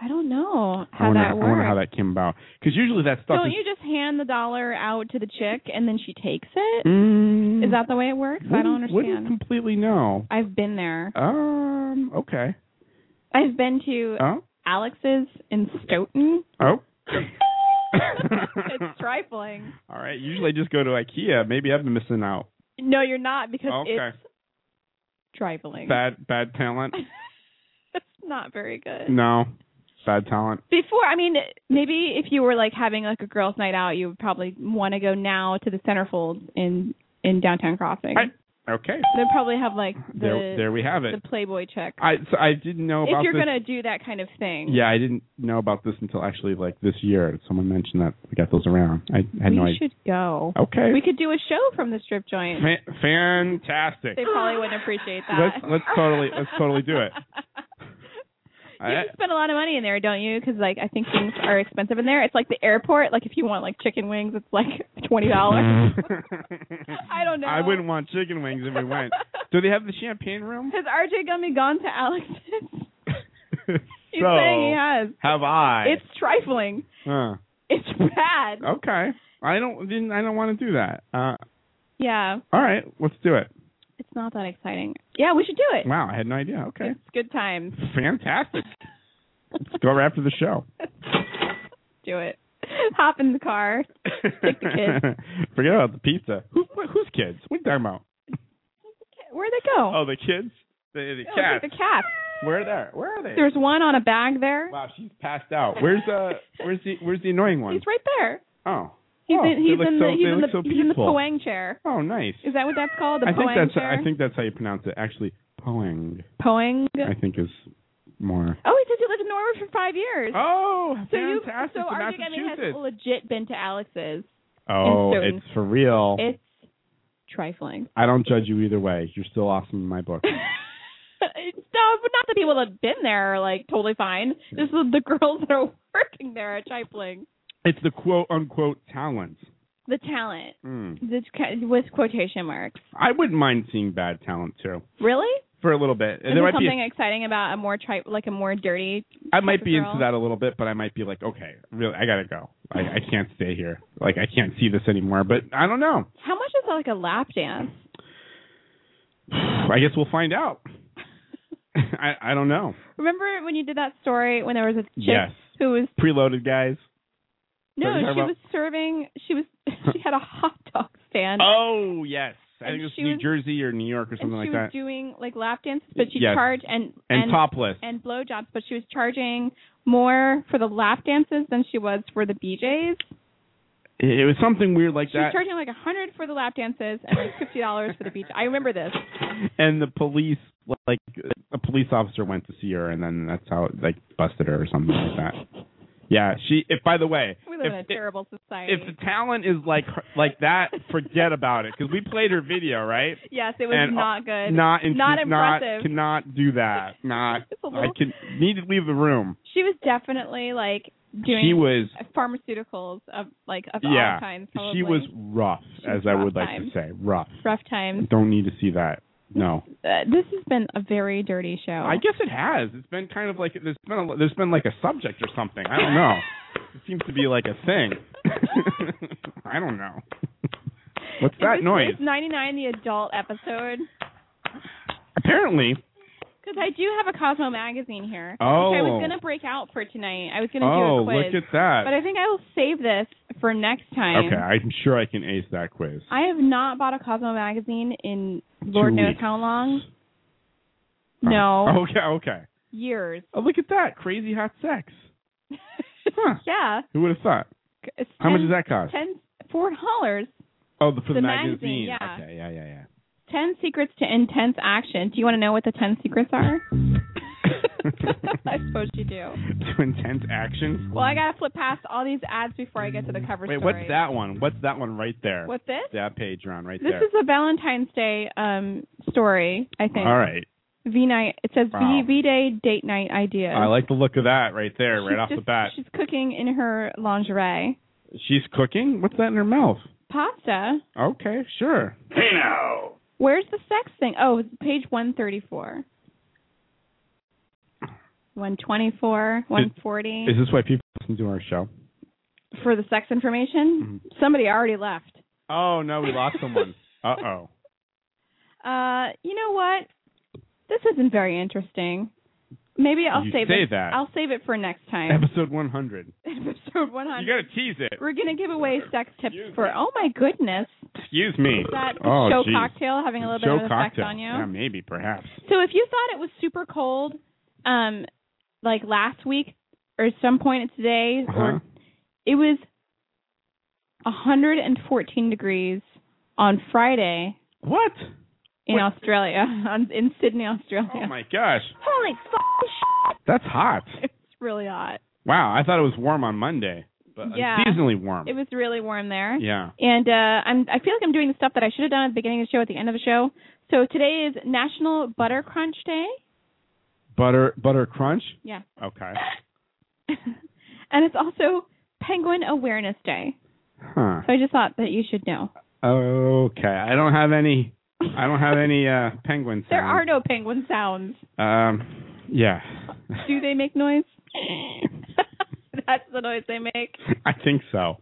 C: I don't know
B: I
C: how
B: wonder.
C: that
B: I wonder how
C: works.
B: that came about. Because usually that stuff
C: Don't
B: is.
C: you just hand the dollar out to the chick and then she takes it? Is
B: Mm,
C: that the way it works? I
B: wouldn't-
C: don't understand.
B: Wouldn't completely know.
C: I've been there.
B: Um. Okay.
C: I've been to
B: Oh.
C: Alex's in Stoughton.
B: Oh.
C: it's trifling.
B: All right. Usually I just go to IKEA. Maybe I've been missing out.
C: No, you're not because
B: Okay.
C: it's trifling.
B: Bad bad talent.
C: it's not very good.
B: No. Bad talent.
C: Before, I mean, maybe if you were like having like a girls' night out, you would probably want to go now to the centerfold in in downtown Crossing.
B: I Okay.
C: They probably have like the
B: There- there we have it.
C: the Playboy check.
B: I so I didn't know
C: if
B: about
C: you're
B: this.
C: gonna do that kind of thing,
B: Yeah, I didn't know about this until actually like this year. Someone mentioned that we got those around. I, I had
C: we
B: no
C: should go.
B: Okay.
C: we could do a show from the strip joint.
B: idea. Fa- fantastic.
C: They probably wouldn't appreciate that.
B: Let's let's totally let's totally do it. I-
C: You spend a lot of money in there, don't you? Because like I think things are expensive in there. It's like the airport. Like if you want like chicken wings, it's like twenty dollars. I don't know.
B: Mm-hmm. I wouldn't want chicken wings if we went. Do they have the champagne room?
C: Has RJ Gummy gone to Alex's? He's
B: So,
C: saying he has.
B: Have I? Oh.
C: It's trifling.
B: Huh.
C: It's bad.
B: okay. I don't didn't I don't want to do that. Uh,
C: Yeah,
B: all right, let's do it.
C: it's not that exciting. Yeah, we should do it.
B: Wow, I had no idea. Okay.
C: It's good times.
B: Fantastic. Let's go right after the show.
C: Do it. Hop in the car. Take the kids.
B: Forget about the pizza. Who, wh- whose kids? What are you talking about?
C: Where'd they go?
B: Oh, the kids? The, the
C: Oh,
B: cats.
C: The cats.
B: Where are they? Where are they?
C: There's one on a bag there.
B: Wow, she's passed out. Where's uh where's the where's the annoying one?
C: He's right there.
B: Oh.
C: He's
B: Oh,
C: in
B: they
C: he's
B: look
C: in
B: so-
C: the he's
B: they
C: in the
B: look so
C: he's in the
B: peaceful.
C: poang chair.
B: Oh, nice.
C: Is that what that's called? The
B: I
C: poang
B: think that's
C: chair.
B: I think that's how you pronounce it. Actually, poang.
C: poang.
B: I think is more.
C: Oh, he says he lived in Norwood for five years.
B: Oh,
C: so you
B: fantastic,
C: so
B: to
C: Artie Gemming has
B: Massachusetts.
C: legit been to Alex's.
B: Oh,
C: Stoughton.
B: it's for real.
C: It's trifling.
B: I don't judge you either way. You're still awesome in my book.
C: no, but not the people that've been there are like totally fine. This is the girls that are working there are trifling.
B: it's the quote unquote talent.
C: The talent.
B: Hmm.
C: This ki- with quotation marks.
B: I wouldn't mind seeing bad talent too
C: Really?
B: for a little bit.
C: Is
B: there
C: there
B: might be
C: something exciting about a more tri- like a more dirty?
B: I might be
C: type of
B: into
C: girl?
B: that a little bit, but I might be like, okay, really, I gotta go. I, I can't stay here. Like, I can't see this anymore. But I don't know.
C: How much is like a lap dance?
B: I guess we'll find out. I I don't know.
C: Remember when you did that story when there was a chick
B: Yes,
C: who was
B: preloaded guys.
C: no,
B: Sorry,
C: she
B: sorry about-
C: was serving. She was she had a hot dog stand.
B: Oh yes, I
C: And
B: think it's
C: she
B: New
C: was-
B: Jersey or New York or
C: and
B: something like
C: she was
B: that.
C: doing like lap dances, but she
B: Yes.
C: charged and
B: And topless.
C: and blowjobs, but she was charging more for the lap dances than she was for the BJ's.
B: It it was something weird like
C: She was
B: that.
C: charging like a hundred for the lap dances and like fifty dollars for the beach. I remember this.
B: and the police, like a police officer, went to see her, and then that's how like busted her or something like that. Yeah, she. If by the way,
C: We live
B: if,
C: in a terrible society.
B: if the talent is like her- like that, forget about it because we played her video, right?
C: yes, it was
B: and, uh,
C: not good.
B: Not in,
C: not
B: not
C: impressive.
B: cannot do that. Not
C: It's a
B: I
C: little-
B: can need to leave the room.
C: she was definitely like doing
B: she was
C: pharmaceuticals of like of
B: yeah.
C: all kinds.
B: she
C: probably.
B: was rough, as I
C: rough
B: would like
C: times.
B: to say, rough.
C: rough times.
B: Don't need to see that. No.
C: Uh, this has been a very dirty show.
B: I guess it has. It's been kind of like there's been a, there's been like a subject or something. I don't know. it seems to be like a thing. I don't know. What's
C: Is
B: that
C: this-
B: noise?
C: is 99 the adult episode
B: Apparently,
C: because I do have a Cosmo magazine here.
B: Oh.
C: Which I was gonna break out for tonight. I was gonna
B: oh
C: do a quiz.
B: look at that.
C: But I think I will save this for next time.
B: okay, I'm sure I can ace that quiz.
C: I have not bought a Cosmo magazine in Lord
B: Two
C: knows
B: weeks.
C: how long.
B: Oh.
C: No.
B: Okay, okay.
C: Years.
B: Oh, look at that. Crazy hot sex. Huh.
C: Yeah.
B: Who would have thought?
C: It's
B: How much
C: ten-
B: does that cost?
C: Ten four dollars.
B: Oh, the, for the,
C: The
B: magazine.
C: magazine, yeah.
B: Okay, yeah, yeah, yeah.
C: Ten secrets to intense action. Do you want to know what the ten secrets are? I suppose you do.
B: to intense action.
C: Well, I gotta flip past all these ads before I get to the cover
B: Wait,
C: story.
B: what's that one? What's that one right there?
C: What's this?
B: that page around right
C: This
B: there?
C: is a Valentine's Day um story, I think.
B: All right.
C: V night. It says
B: Wow.
C: V V Day date night idea.
B: I like the look of that right there, right
C: She's
B: off the
C: just-
B: bat.
C: She's cooking in her lingerie.
B: She's cooking? What's that in her mouth?
C: Pasta.
B: Okay, sure.
K: Hey now.
C: Where's the sex thing? Oh, it's page 134. 124, 140
B: Is this why people listen to our show?
C: for the sex information. Somebody already left.
B: Oh no, we Mm-hmm. lost someone. Uh oh.
C: Uh, you know what? This isn't very interesting. Maybe I'll
B: You
C: save
B: say
C: it.
B: that.
C: I'll save it for next time.
B: Episode 100.
C: Episode 100.
B: You gotta tease it.
C: We're gonna give away sex tips for. Oh my goodness,
B: Excuse me.
C: that
B: oh,
C: show
B: geez.
C: cocktail having a little
B: show
C: bit of an effect
B: cocktail.
C: on you.
B: Yeah, maybe, perhaps.
C: So if you thought it was super cold, um, like last week or some point today,
B: Uh-huh.
C: or it was 114 degrees on Friday.
B: What?
C: in Australia, on, in Sydney, Australia.
B: Oh my gosh,
C: Holy
B: that's hot.
C: It's really hot.
B: Wow, I thought it was warm on Monday, but uh,
C: yeah.
B: seasonally warm.
C: It was really warm there.
B: yeah.
C: And uh, I'm I feel like I'm doing the stuff that I should have done at the beginning of the show at the end of the show. So today is National Butter Crunch Day.
B: Butter butter crunch?
C: Yeah.
B: Okay.
C: And it's also Penguin Awareness Day.
B: Huh.
C: So I just thought that you should know.
B: Okay. I don't have any I don't have any uh penguins.
C: There are no penguin sounds.
B: um yeah.
C: Do they make noise? That's the noise they make.
B: I think so.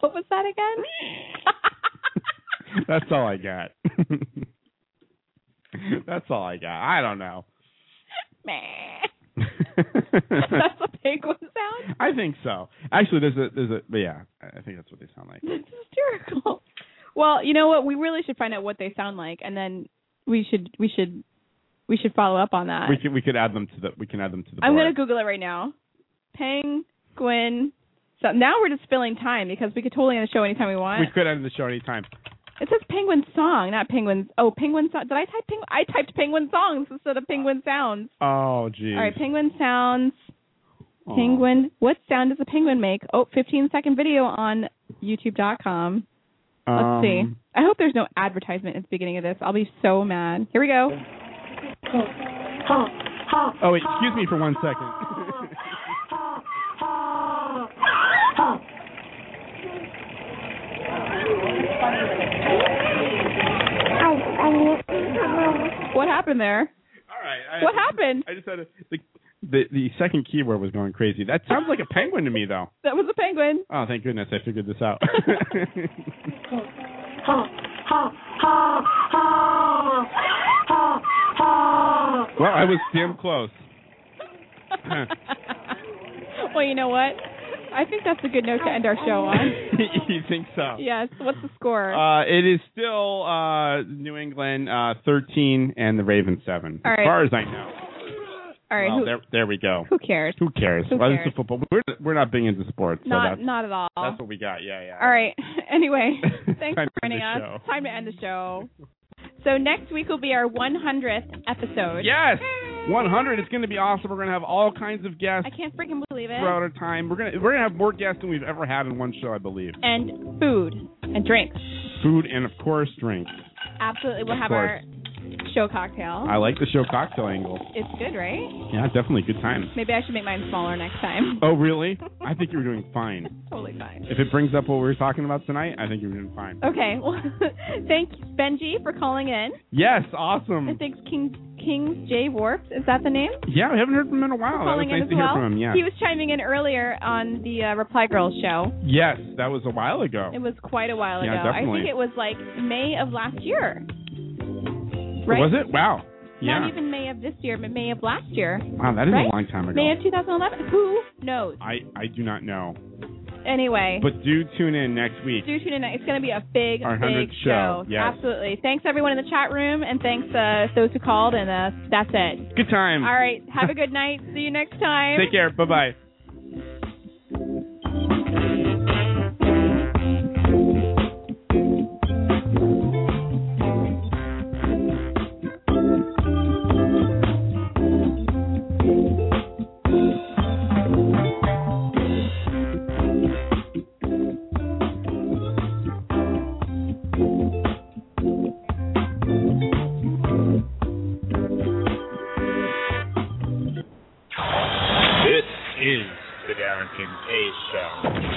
C: What was that again?
B: That's all I got. That's all I got. I don't know.
C: Meh. That's a penguin sound?
B: I think so. Actually, there's a there's a but yeah. I I think that's what they sound like.
C: That's hysterical. Well, you know what? We really should find out what they sound like, and then we should we should we should follow up on that.
B: We could we could add them to the we can add them to the.
C: I'm
B: board.
C: gonna Google it right now. Penguin. So now we're just spilling time because we could totally end the show anytime we want.
B: We could end the show anytime.
C: It says penguin song, not penguins. Oh, penguin song. Did I type penguin? I typed penguin songs instead of penguin sounds.
B: Oh, geez.
C: All right, penguin sounds.
B: Aw.
C: Penguin. What sound does a penguin make? Oh, 15 second video on YouTube.com. Let's
B: Um,
C: see. I hope there's no advertisement at the beginning of this. I'll be so mad. Here we go.
B: Oh, wait, excuse me for one second.
C: What happened there?
B: All right. I-
C: what happened?
B: I just had a, the, the the second keyboard was going crazy. That sounds like a penguin to me, though.
C: That was a penguin.
B: Oh, thank goodness I figured this out. well, I was damn close.
C: Well, you know what? I think that's a good note to end our show on.
B: you think so?
C: Yes. What's the score?
B: Uh, it is still uh, New England uh, 13 and the Ravens 7,
C: All right.
B: as far as I know.
C: All right.
B: Well,
C: who,
B: there, there we go.
C: who cares?
B: Who cares?
C: Who
B: Well, this
C: cares?
B: is football. We're, we're not big into sports,
C: Not
B: so
C: not at all.
B: that's, that's what we got. Yeah, yeah.
C: All right. Anyway, thanks
B: Time
C: for
B: to end
C: joining
B: the
C: us.
B: show.
C: Time to end the show. So next week will be our 100th episode.
B: Yes, 100. It's going to be awesome. We're going to have all kinds of guests
C: I can't freaking believe it.
B: throughout our time. We're gonna we're gonna have more guests than we've ever had in one show, I believe.
C: And food and drinks.
B: Food and of course drinks.
C: Absolutely. We'll
B: Of
C: have our show cocktail.
B: I like the show cocktail angle.
C: it's good, right?
B: Yeah, definitely good time.
C: Maybe I should make mine smaller next time.
B: Oh really? I think you were doing fine.
C: Totally fine.
B: If it brings up what we were talking about tonight, I think you were doing fine.
C: Okay. Well, thanks Benji for calling in.
B: Yes,
C: And
B: awesome.
C: thanks King King J Warps. Is that the name?
B: Yeah, we haven't heard from him in a
C: For
B: while. Oh, That was
C: calling
B: nice
C: in as
B: to
C: well.
B: hear from him. Yeah.
C: He was chiming in earlier on the uh, Reply Girls show.
B: yes, that was a while ago.
C: It was quite a while
B: Yeah,
C: ago. I
B: definitely.
C: think it was like May of last year. Right?
B: Was it? Wow.
C: Not
B: Yeah.
C: even May of this year, but May of last year.
B: Wow, that is
C: right?
B: a long time ago.
C: May of 2011. Who knows?
B: I I do not know.
C: Anyway,
B: But do tune in next week.
C: do tune in. It's going to be a big,
B: Our
C: big
B: 100th
C: show.
B: show, yes.
C: Absolutely. Thanks everyone in the chat room, and thanks uh, those who called. And uh, that's it.
B: Good time.
C: All right. Have a good night. See you next time.
B: Take care. Bye bye.
K: This is the Darrington Ace Show.